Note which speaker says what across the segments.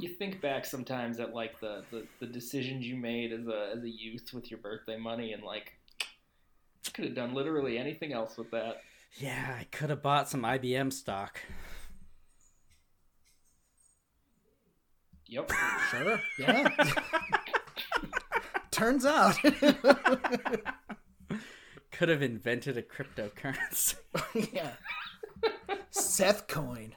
Speaker 1: you think back sometimes at like the, the, the decisions you made as a as a youth with your birthday money and like I could have done literally anything else with that.
Speaker 2: Yeah, I could have bought some IBM stock.
Speaker 1: Yep.
Speaker 3: Sure. Yeah. Turns out.
Speaker 2: Could have invented a cryptocurrency.
Speaker 3: yeah. Seth coin.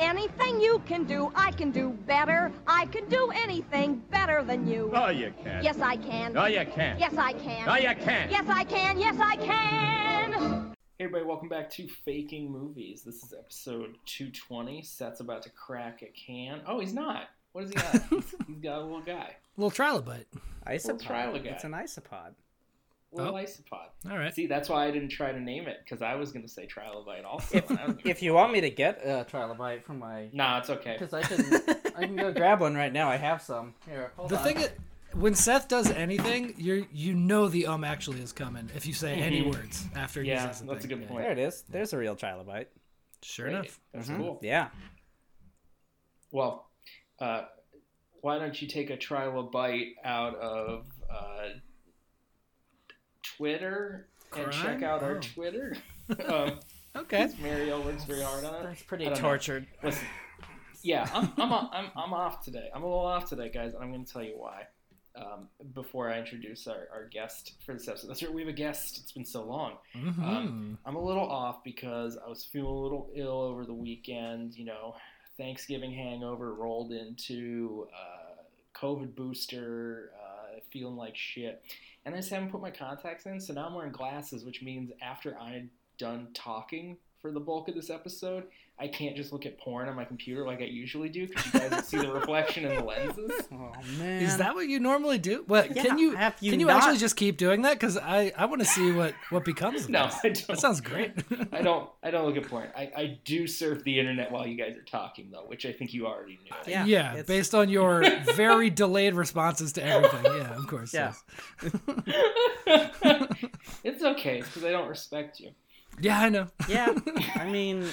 Speaker 4: Anything you can do, I can do better. I can do anything better than you.
Speaker 5: No, you can't.
Speaker 4: Yes, Oh, I can.
Speaker 5: No, you can't.
Speaker 4: Yes, I can.
Speaker 5: No, you can't.
Speaker 4: Yes, I can. Yes, I can.
Speaker 1: Hey everybody, welcome back to Faking Movies. This is episode 220. Seth's about to crack a can. Oh, he's not. What is he got? he's, he's got a little guy.
Speaker 3: Little trilobite.
Speaker 1: try
Speaker 2: Isopod.
Speaker 1: again.
Speaker 2: It's an isopod.
Speaker 1: Little
Speaker 3: Oh.
Speaker 1: isopod.
Speaker 3: All right.
Speaker 1: See, that's why I didn't try to name it because I was going to say trilobite also.
Speaker 2: If
Speaker 1: and I was gonna-
Speaker 2: if you want me to get uh, a trilobite from my
Speaker 1: nah, it's okay.
Speaker 2: cuz I can I can go grab one right now. I have some. Here, hold
Speaker 3: The
Speaker 2: on.
Speaker 3: thing is, when Seth does anything, you you know the um actually is coming if you say any words after he
Speaker 1: Mm-hmm. Yeah,
Speaker 3: says the
Speaker 1: that's a
Speaker 3: thing.
Speaker 1: good
Speaker 3: Yeah.
Speaker 1: point.
Speaker 2: There it is. There's a real trilobite.
Speaker 3: Sure
Speaker 1: Great.
Speaker 3: enough. Mm-hmm.
Speaker 1: That's
Speaker 2: Mhm.
Speaker 1: cool.
Speaker 2: Yeah.
Speaker 1: Well, uh, why don't you take a trilobite out of uh, Twitter and
Speaker 3: Crime?
Speaker 1: check out our
Speaker 3: Oh.
Speaker 1: Twitter? um,
Speaker 3: Okay.
Speaker 1: Mariel works very hard on it.
Speaker 2: That's pretty
Speaker 1: I don't know.
Speaker 2: tortured.
Speaker 1: Listen, yeah, I'm I'm, o- I'm I'm off today. I'm a little off today, guys, and I'm going to tell you why. Um, before I introduce our, our guest for this episode, that's right, we have a guest. It's been so long.
Speaker 3: Mhm.
Speaker 1: Um, I'm a little off because I was feeling a little ill over the weekend. You know, Thanksgiving hangover rolled into uh, COVID booster, uh, feeling like shit. And I just haven't put my contacts in, so now I'm wearing glasses, which means after I'm done talking for the bulk of this episode, I can't just look at porn on my computer like I usually do because you guys will see the reflection in the lenses.
Speaker 2: Oh man.
Speaker 3: Is that what you normally do? What
Speaker 2: Yeah,
Speaker 3: can you,
Speaker 2: have you
Speaker 3: can you
Speaker 2: not-
Speaker 3: actually just keep doing that? Because I, I want to see what what becomes of
Speaker 1: No,
Speaker 3: this.
Speaker 1: I don't.
Speaker 3: That sounds great.
Speaker 1: I don't. I don't look at porn. I, I do surf the internet while you guys are talking, though, which I think you already knew.
Speaker 2: Yeah.
Speaker 3: yeah,
Speaker 2: it's-
Speaker 3: based on your very delayed responses to everything. Yeah, of course.
Speaker 2: Yeah.
Speaker 3: yes.
Speaker 1: it's okay because I don't respect you,
Speaker 3: Yeah, I know.
Speaker 2: yeah. I mean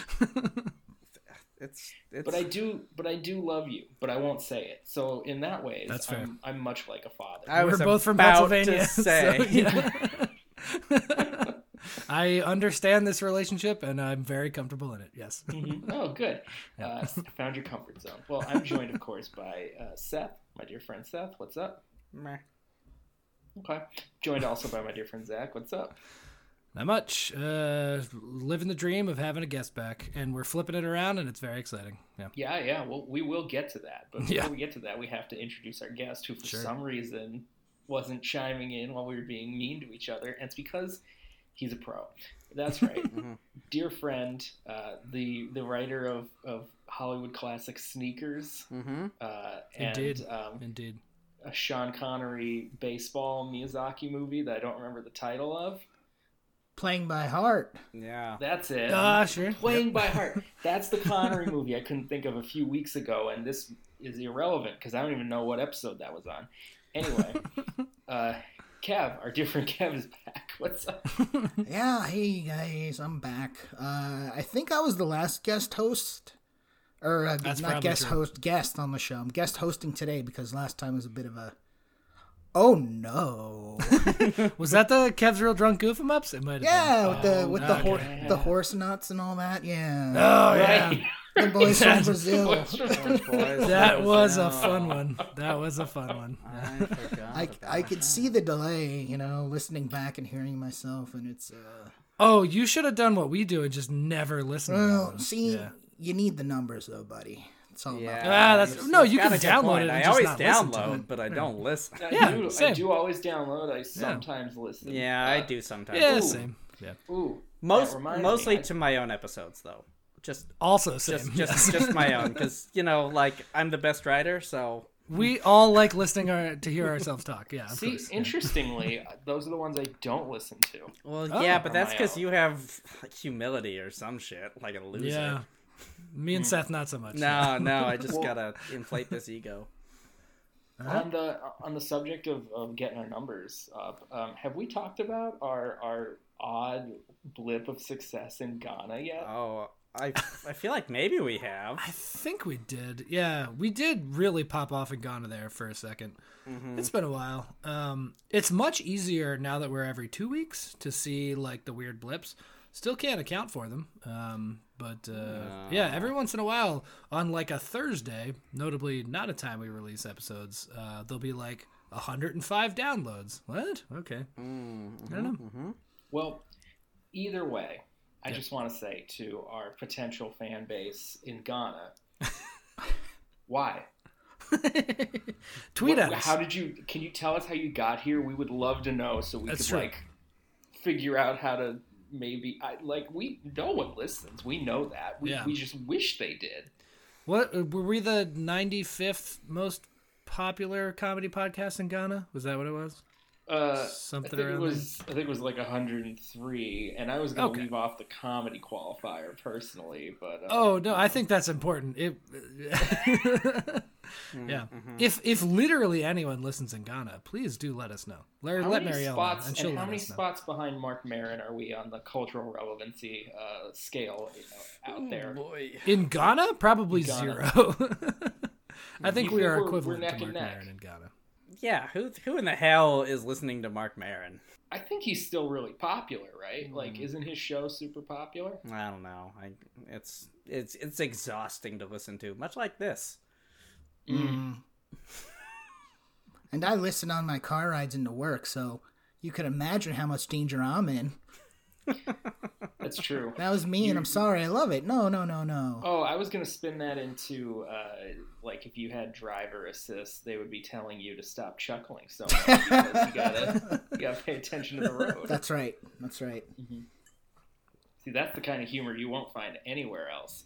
Speaker 2: it's it's
Speaker 1: but I do. But I do love you. But I won't say it. So in that way,
Speaker 3: That's fair.
Speaker 1: I'm, I'm much like a father.
Speaker 2: I
Speaker 3: We're
Speaker 2: was
Speaker 3: both from
Speaker 2: about to
Speaker 3: Pennsylvania. so,
Speaker 2: say.
Speaker 3: yeah. I understand this relationship and I'm very comfortable in it. Yes.
Speaker 1: Mhm. Oh, good. Uh, found your comfort zone. Well, I'm joined, of course, by uh, Seth, my dear friend Seth. What's up?
Speaker 2: Meh.
Speaker 1: Okay. Joined also by my dear friend Zach. What's up?
Speaker 3: Not much. Uh, living the dream of having a guest back, and we're flipping it around, and it's very exciting. Yeah.
Speaker 1: Yeah, yeah. Well, we will get to that. But before
Speaker 3: Yeah.
Speaker 1: we get to that, we have to introduce our guest, who for
Speaker 3: Sure.
Speaker 1: some reason wasn't chiming in while we were being mean to each other, and it's because he's a pro. That's right,
Speaker 2: Mhm.
Speaker 1: dear friend, uh, the the writer of of Hollywood classic Sneakers,
Speaker 2: Mm-hmm.
Speaker 1: uh, and
Speaker 3: Indeed.
Speaker 1: um,
Speaker 3: Indeed.
Speaker 1: a Sean Connery baseball Miyazaki movie that I don't remember the title of.
Speaker 3: Playing by heart.
Speaker 2: Yeah.
Speaker 1: That's it.
Speaker 3: Ah, sure.
Speaker 1: Playing by heart. That's the Connery movie I couldn't think of a few weeks ago, and this is irrelevant because I don't even know what episode that was on. Anyway, uh, Kev, our different Kev is back. What's up?
Speaker 6: Yeah, hey guys, I'm back. Uh, I think I was the last guest host, or uh,
Speaker 3: That's
Speaker 6: not
Speaker 3: probably
Speaker 6: guest
Speaker 3: true.
Speaker 6: host, guest on the show. I'm guest hosting today because last time was a bit of a. Oh no!
Speaker 3: Was that the Kev's real drunk goof em ups? It might have Oh,
Speaker 6: Yeah, with the with the
Speaker 3: okay.
Speaker 6: horse the horse nuts and all that. Yeah,
Speaker 3: Been. Oh yeah. Oh,
Speaker 1: Right.
Speaker 6: the boys from
Speaker 3: Yes.
Speaker 6: Brazil.
Speaker 1: What's wrong?
Speaker 2: Boys,
Speaker 3: That
Speaker 2: boys,
Speaker 3: was a
Speaker 2: no.
Speaker 3: fun one. That was a fun one.
Speaker 2: I forgot.
Speaker 6: I,
Speaker 2: about
Speaker 6: I
Speaker 2: that.
Speaker 6: could see the delay, you know, listening back and hearing myself, and it's uh,
Speaker 3: Oh, you should have done what we do and just never listen. to
Speaker 6: well,
Speaker 3: them.
Speaker 6: see,
Speaker 3: Yeah.
Speaker 6: you need the numbers though, buddy. It's
Speaker 1: Oh,
Speaker 6: all about
Speaker 3: Ah, that's no. You can
Speaker 2: Got a good
Speaker 3: download
Speaker 2: point.
Speaker 3: it. And
Speaker 2: I
Speaker 3: just
Speaker 2: always
Speaker 3: not listen to
Speaker 2: download,
Speaker 3: it.
Speaker 2: but I don't listen.
Speaker 1: I
Speaker 3: Yeah,
Speaker 1: do, I
Speaker 3: same.
Speaker 1: do always download. I sometimes listen.
Speaker 2: Yeah, I do sometimes.
Speaker 3: Yeah,
Speaker 1: Ooh.
Speaker 3: same. Yeah.
Speaker 1: Ooh,
Speaker 2: Most
Speaker 1: that reminds
Speaker 2: mostly
Speaker 1: me.
Speaker 2: to my own episodes though. Just
Speaker 3: Also same.
Speaker 2: just
Speaker 3: yes.
Speaker 2: just just my own cuz you know like I'm the best writer, so
Speaker 3: We all like listening our, to hear ourselves talk. Yeah. of
Speaker 1: See,
Speaker 3: course.
Speaker 1: interestingly, uh, those are the ones I don't listen to.
Speaker 2: Well,
Speaker 3: Oh.
Speaker 2: yeah, but that's
Speaker 1: my
Speaker 2: because
Speaker 1: own.
Speaker 2: you have like, humility or some shit, like a loser. Mm.
Speaker 3: Yeah. Me and Seth, not so much.
Speaker 2: No, no, I just
Speaker 1: Well-
Speaker 2: gotta inflate this ego.
Speaker 3: Uh-huh.
Speaker 1: On the uh, on the subject of, of getting our numbers up, um, have we talked about our our odd blip of success in Ghana yet?
Speaker 2: Oh, I, I feel like maybe we have.
Speaker 3: I think we did. Yeah, we did really pop off and gone to there for a 2nd it It's been a while. Um, it's much easier now that we're every two weeks to see like the weird blips. Still can't account for them. Um, but uh, yeah, every once in a while, on like a Thursday, notably not a time we release episodes, uh, there'll be like 105 downloads. What? Okay. I don't know.
Speaker 1: Well, either way, I just want to say to our potential fan base in Ghana, why?
Speaker 3: Tweet at
Speaker 1: Wh-
Speaker 3: us.
Speaker 1: How did you? Can you tell us how you got here? We would love to know, so we
Speaker 3: That's
Speaker 1: could
Speaker 3: true.
Speaker 1: like figure out how to maybe. I, like we, no one listens. We know that. We,
Speaker 3: Yeah.
Speaker 1: we just wish they did.
Speaker 3: What uh, were we the 95th most popular comedy podcast in Ghana? Was that what it was?
Speaker 1: Uh,
Speaker 3: Something
Speaker 1: I think
Speaker 3: around
Speaker 1: it was. I think it was like 103, and I was gonna
Speaker 3: Okay.
Speaker 1: leave off the comedy qualifier personally, but uh,
Speaker 3: Oh no, I think that's important. It, yeah. If if literally anyone listens in Ghana, please do let us know. Larry,
Speaker 1: How
Speaker 3: let
Speaker 1: many
Speaker 3: Marielle know,
Speaker 1: spots and,
Speaker 3: and she'll
Speaker 1: how
Speaker 3: let
Speaker 1: many
Speaker 3: us know.
Speaker 1: spots behind Mark Marin are we on the cultural relevancy uh, scale you know, out there?
Speaker 2: Boy.
Speaker 3: In Ghana, probably
Speaker 1: Ghana.
Speaker 3: zero. I think
Speaker 1: You think
Speaker 3: we are
Speaker 1: we're- we're
Speaker 3: equivalent
Speaker 1: neck
Speaker 3: to Mark
Speaker 1: and neck?
Speaker 3: Maron in Ghana.
Speaker 2: Yeah, who who in the hell is listening to Mark Marin?
Speaker 1: I think he's still really popular, right? Like, isn't his show super popular?
Speaker 2: I don't know. I it's it's it's exhausting to listen to, much like this.
Speaker 6: Mm.
Speaker 1: Mm,
Speaker 6: And I listen on my car rides into work, so you could imagine how much danger I'm in.
Speaker 1: That's true.
Speaker 6: That was me, and I'm sorry. I love it. No, no, no, no.
Speaker 1: Oh, I was gonna spin that into uh, like if you had driver assist, they would be telling you to stop chuckling so much because you gotta you gotta pay attention to the road.
Speaker 6: That's right. That's right.
Speaker 1: See, that's the kind of humor you won't find anywhere else.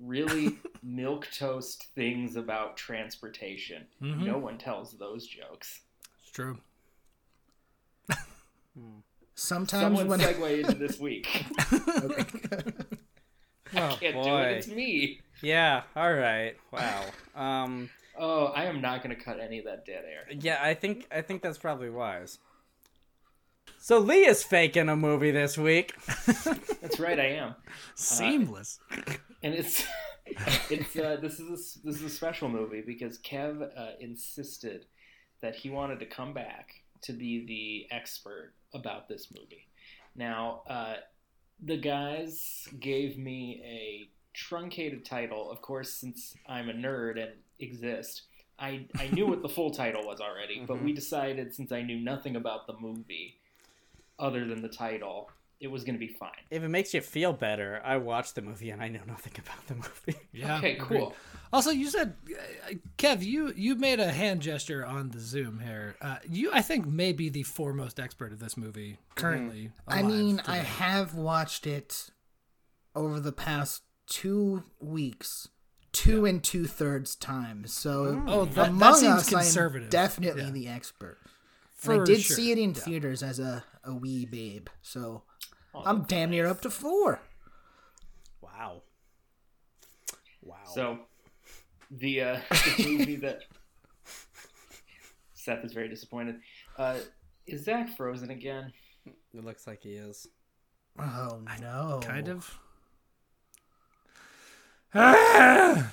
Speaker 1: Really milk toast things about transportation. No one tells those jokes.
Speaker 3: It's true.
Speaker 6: Sometimes
Speaker 1: Someone
Speaker 6: when
Speaker 1: segue into this week.
Speaker 2: Oh
Speaker 1: Can't do it. It's me.
Speaker 2: Yeah. All right. Wow. Um.
Speaker 1: Oh, I am not gonna cut any of that dead air.
Speaker 2: Yeah. I think I think that's probably wise. So Lee is faking a movie this week.
Speaker 1: That's right, I am.
Speaker 3: Seamless.
Speaker 1: and it's it's uh, this is a, s- this is a special movie because Kev uh, insisted that he wanted to come back to be the expert about this movie. Now, uh, the guys gave me a truncated title. Of course, since I'm a nerd and exist, I I knew what the full title was already. But
Speaker 3: Mm-hmm.
Speaker 1: we decided since I knew nothing about the movie other than the title, it was going to be fine.
Speaker 2: If it makes you feel better, I watched the movie and I know nothing about the movie.
Speaker 3: yeah.
Speaker 1: Okay,
Speaker 3: agreed.
Speaker 1: cool.
Speaker 3: Also, you said, uh, Kev, you you made a hand gesture on the Zoom here. Uh, you, I think, may be the foremost expert of this movie currently.
Speaker 6: I
Speaker 3: alive
Speaker 6: mean, I
Speaker 3: today.
Speaker 6: have watched it over the past two weeks, two and two thirds times. So
Speaker 3: Oh, that- that
Speaker 6: among
Speaker 3: seems
Speaker 6: us,
Speaker 3: conservative.
Speaker 6: I'm definitely
Speaker 3: Yeah.
Speaker 6: the expert. And
Speaker 3: For
Speaker 6: I did
Speaker 3: sure.
Speaker 6: see it in theaters as a, a wee babe, so
Speaker 3: Oh,
Speaker 6: I'm damn near up to four.
Speaker 2: Wow. Wow.
Speaker 1: So, the, uh, the movie that Seth is very disappointed. Uh, is Zach frozen again?
Speaker 2: it looks like he is.
Speaker 6: Oh no!
Speaker 3: kind of. Ah!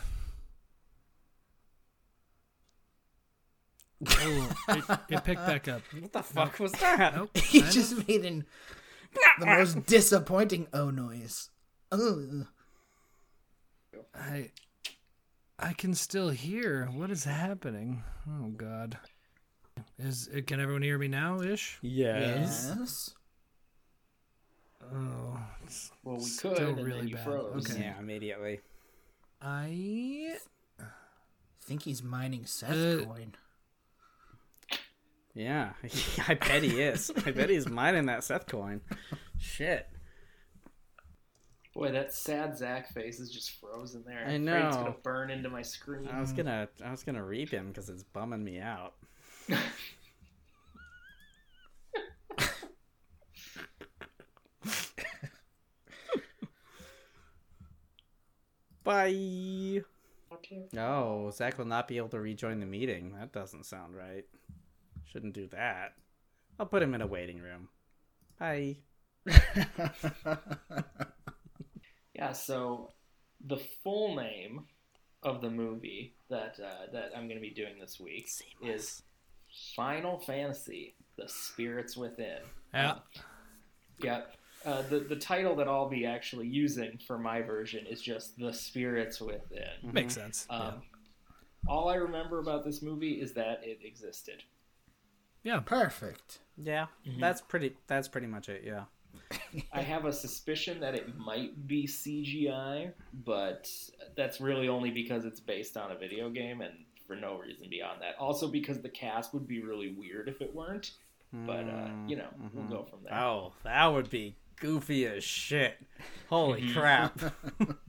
Speaker 3: oh, it, it picked back up.
Speaker 2: What the fuck was that?
Speaker 3: Nope.
Speaker 6: He just made an, the most disappointing oh noise. Ugh.
Speaker 3: I, I can still hear what is happening. Oh God, is can everyone hear me now? Ish.
Speaker 2: Yes.
Speaker 6: Yes.
Speaker 3: Oh, it's-
Speaker 1: Well, we
Speaker 3: Still
Speaker 1: could, and
Speaker 3: really
Speaker 1: then you
Speaker 3: bad.
Speaker 1: froze.
Speaker 3: Okay.
Speaker 2: Yeah, immediately.
Speaker 3: I
Speaker 6: think he's mining Seth
Speaker 3: Uh,
Speaker 6: coin.
Speaker 2: Yeah, I bet he is. I bet he's mining that Seth coin. Shit.
Speaker 1: Boy, that sad Zach face is just frozen there.
Speaker 2: I
Speaker 1: I'm afraid It's
Speaker 2: know.
Speaker 1: gonna burn into my screen.
Speaker 2: I was gonna, I was gonna reap him because it's bumming me out. Bye.
Speaker 1: Okay.
Speaker 2: No, Zach will not be able to rejoin the meeting. That doesn't sound right. Shouldn't do that. I'll put him in a waiting room. Bye.
Speaker 1: Yeah, so the full name of the movie that uh, that I'm going to be doing this week is Final Fantasy: The Spirits Within.
Speaker 3: Yeah.
Speaker 1: Yeah. Uh, the, the title that I'll be actually using for my version is just The Spirits Within.
Speaker 3: Makes sense.
Speaker 1: Um, All I remember about this movie is that it existed.
Speaker 3: yeah.
Speaker 6: Perfect.
Speaker 2: Yeah, that's pretty. That's pretty much it. Yeah.
Speaker 1: I have a suspicion that it might be CGI, but that's really only because it's based on a video game and for no reason beyond that. Also, because the cast would be really weird if it weren't. But, uh, you know, we'll go from there.
Speaker 2: Oh, that would be goofy as shit. Holy crap.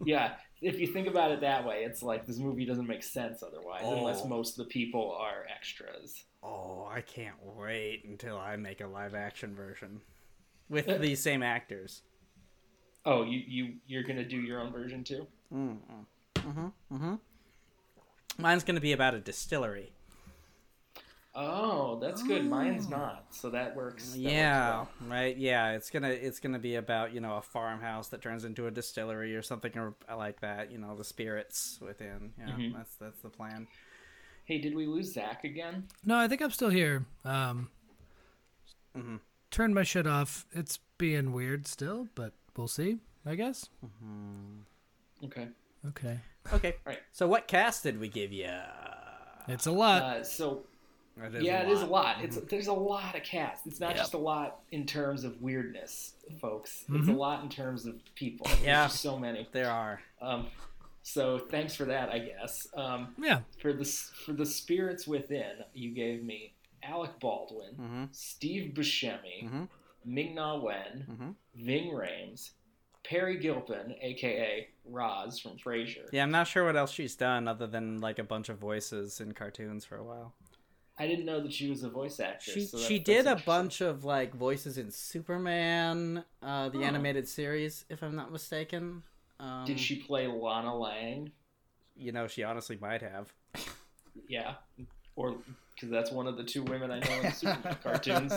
Speaker 1: Yeah, if you think about it that way, it's like this movie doesn't make sense otherwise, unless
Speaker 2: Oh.
Speaker 1: most of the people are extras.
Speaker 2: Oh, I can't wait until I make a live action version with these same actors.
Speaker 1: Oh, you, you, you're going to do your own version too?
Speaker 2: Mine's going to be about a distillery.
Speaker 1: Oh, that's good. Mine's not, so that works. that works
Speaker 2: yeah, right. Yeah, it's gonna it's gonna be about you know a farmhouse that turns into a distillery or something or like that. You know the spirits within. Yeah, that's that's the plan.
Speaker 1: Hey, did we lose Zach again?
Speaker 3: No, I think I'm still here. Um,
Speaker 1: mm-hmm.
Speaker 3: Turn my shit off. It's being weird still, but we'll see. I guess.
Speaker 1: Okay.
Speaker 3: Okay.
Speaker 2: Okay.
Speaker 1: Right.
Speaker 2: So what cast did we give you?
Speaker 3: It's a lot.
Speaker 1: Uh, so yeah, it is a lot. It's there's a lot of cast. It's not just a lot in terms of weirdness, folks. It's a lot in terms of people. There's
Speaker 2: Yeah.
Speaker 1: just so many.
Speaker 2: There are.
Speaker 1: Um, so thanks for that, I guess. Um,
Speaker 3: yeah.
Speaker 1: for the s- for the spirits within, you gave me Alec Baldwin,
Speaker 2: Mm-hmm.
Speaker 1: Steve Buscemi, Ming-Na Wen,
Speaker 2: Mm-hmm.
Speaker 1: Ving Rhames, Perry Gilpin, aka Roz from Frasier.
Speaker 2: Yeah, I'm not sure what else she's done other than like a bunch of voices in cartoons for a while.
Speaker 1: I didn't know that she was a voice actress.
Speaker 2: She
Speaker 1: so that-
Speaker 2: she
Speaker 1: that's
Speaker 2: did a
Speaker 1: interesting.
Speaker 2: bunch of like voices in Superman, uh, the animated series, if I'm not mistaken. Um,
Speaker 1: Oh. Did she play Lana Lang?
Speaker 2: You know, she honestly might have.
Speaker 1: Yeah, or because that's one of the two women I know in the Superman cartoons.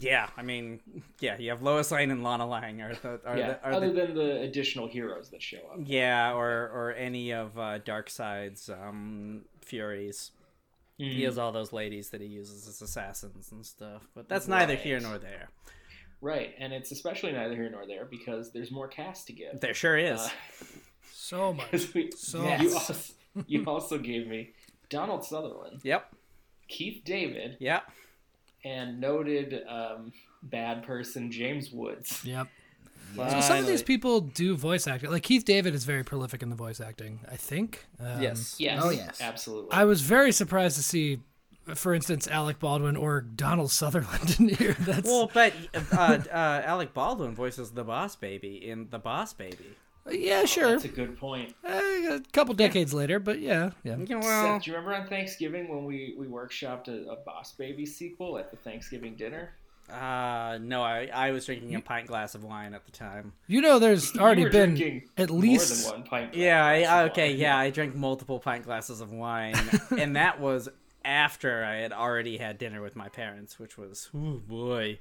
Speaker 2: Yeah, I mean, yeah, you have Lois Lane and Lana Lang, are the, are
Speaker 1: Yeah,
Speaker 2: the, are
Speaker 1: other
Speaker 2: the
Speaker 1: than the additional heroes that show up.
Speaker 2: yeah, or or any of uh, Darkseid's um, Furies. He has all those ladies that he uses as assassins and stuff, but that's neither here
Speaker 1: Right.
Speaker 2: nor there.
Speaker 1: Right, and it's especially neither here nor there because there's more cast to give.
Speaker 2: There sure is.
Speaker 1: Uh,
Speaker 3: So much.
Speaker 1: 'Cause we-
Speaker 3: So
Speaker 1: you,
Speaker 3: much.
Speaker 1: also, you also gave me Donald Sutherland,
Speaker 2: yep.
Speaker 1: Keith David,
Speaker 2: Yeah.
Speaker 1: and noted um, bad person James Woods.
Speaker 3: Yep. So some of
Speaker 2: Finally.
Speaker 3: these people do voice acting. Like Keith David is very prolific in the voice acting. I think. Um,
Speaker 2: Yes.
Speaker 1: Yes,
Speaker 6: Oh, yes.
Speaker 1: absolutely.
Speaker 3: I was very surprised to see, for instance, Alec Baldwin or Donald Sutherland in here. That's
Speaker 2: Well, but uh, uh, Alec Baldwin voices the Boss Baby in The Boss Baby.
Speaker 3: yeah, sure.
Speaker 1: That's a good point.
Speaker 3: Eh, a couple decades later, but yeah, yeah.
Speaker 2: well,
Speaker 1: Seth, do you remember on Thanksgiving when we, we workshopped a, a Boss Baby sequel at the Thanksgiving dinner?
Speaker 2: uh, no, I, I was drinking a pint glass of wine at the time.
Speaker 3: You know, there's
Speaker 1: You
Speaker 3: already
Speaker 1: were
Speaker 3: been
Speaker 1: drinking
Speaker 3: at
Speaker 1: more
Speaker 3: least.
Speaker 1: than one pint. of
Speaker 2: Yeah, I,
Speaker 1: wine.
Speaker 2: I- okay, yeah, I drank multiple pint glasses of wine, and that was after I had already had dinner with my parents, which was, oh boy.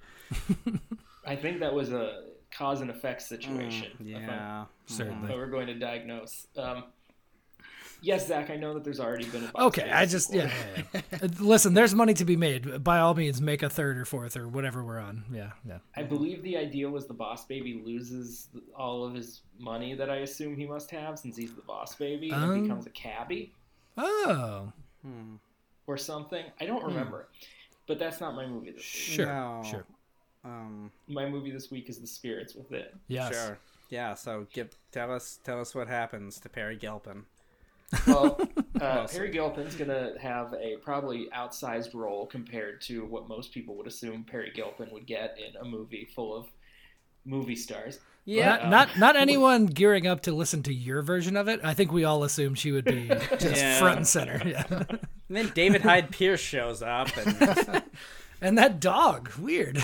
Speaker 1: I think that was a cause and effect
Speaker 3: Mm,
Speaker 1: situation. if I'm-
Speaker 2: Yeah.
Speaker 1: But
Speaker 3: Certainly.
Speaker 1: we're going to diagnose. Um, yes, Zach, I know that there's already been a Boss
Speaker 3: Okay,
Speaker 1: Baby
Speaker 3: I just
Speaker 1: sequel.
Speaker 3: yeah. yeah, yeah. Uh, Listen, there's money to be made. By all means, make a third or fourth or whatever we're on. Yeah, yeah.
Speaker 1: I believe the idea was the Boss Baby loses all of his money that I assume he must have since he's the Boss Baby and
Speaker 3: Oh.
Speaker 1: becomes a cabbie
Speaker 3: Oh,
Speaker 1: or something. I
Speaker 3: Hmm.
Speaker 1: don't remember. But that's not my movie this week.
Speaker 3: sure,
Speaker 2: No.
Speaker 3: sure.
Speaker 2: Um,
Speaker 1: My movie this week is The Spirits Within.
Speaker 3: Yes.
Speaker 2: Sure. Yeah, so give, tell us tell us what happens to Perry Gilpin.
Speaker 1: Well, uh,
Speaker 2: Mostly.
Speaker 1: Perry Gilpin's going to have a probably outsized role compared to what most people would assume Perry Gilpin would get in a movie full of movie stars.
Speaker 2: Yeah.
Speaker 3: Not, not not anyone gearing up to listen to your version of it. I think we all assumed she would be just
Speaker 2: Yeah.
Speaker 3: front and center. Yeah.
Speaker 2: And then David Hyde Pierce shows up, and
Speaker 3: And that dog, weird.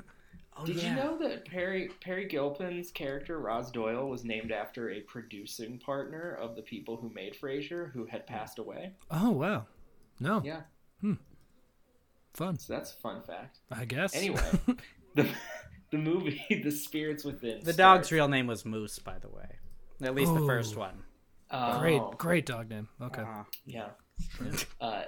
Speaker 1: Did you know that Perry Perry Gilpin's character Roz Doyle was named after a producing partner of the people who made Frasier, who had passed away?
Speaker 3: oh wow. No,
Speaker 1: Yeah,
Speaker 3: fun.
Speaker 1: so that's a fun fact.
Speaker 3: I guess.
Speaker 1: Anyway, the the movie The Spirits Within.
Speaker 2: the
Speaker 1: starts-
Speaker 2: dog's real name was Moose, by the way. At least the first
Speaker 3: Oh.
Speaker 2: one.
Speaker 1: Oh,
Speaker 3: Great, great dog name. Okay.
Speaker 2: Uh,
Speaker 1: Yeah. Uh,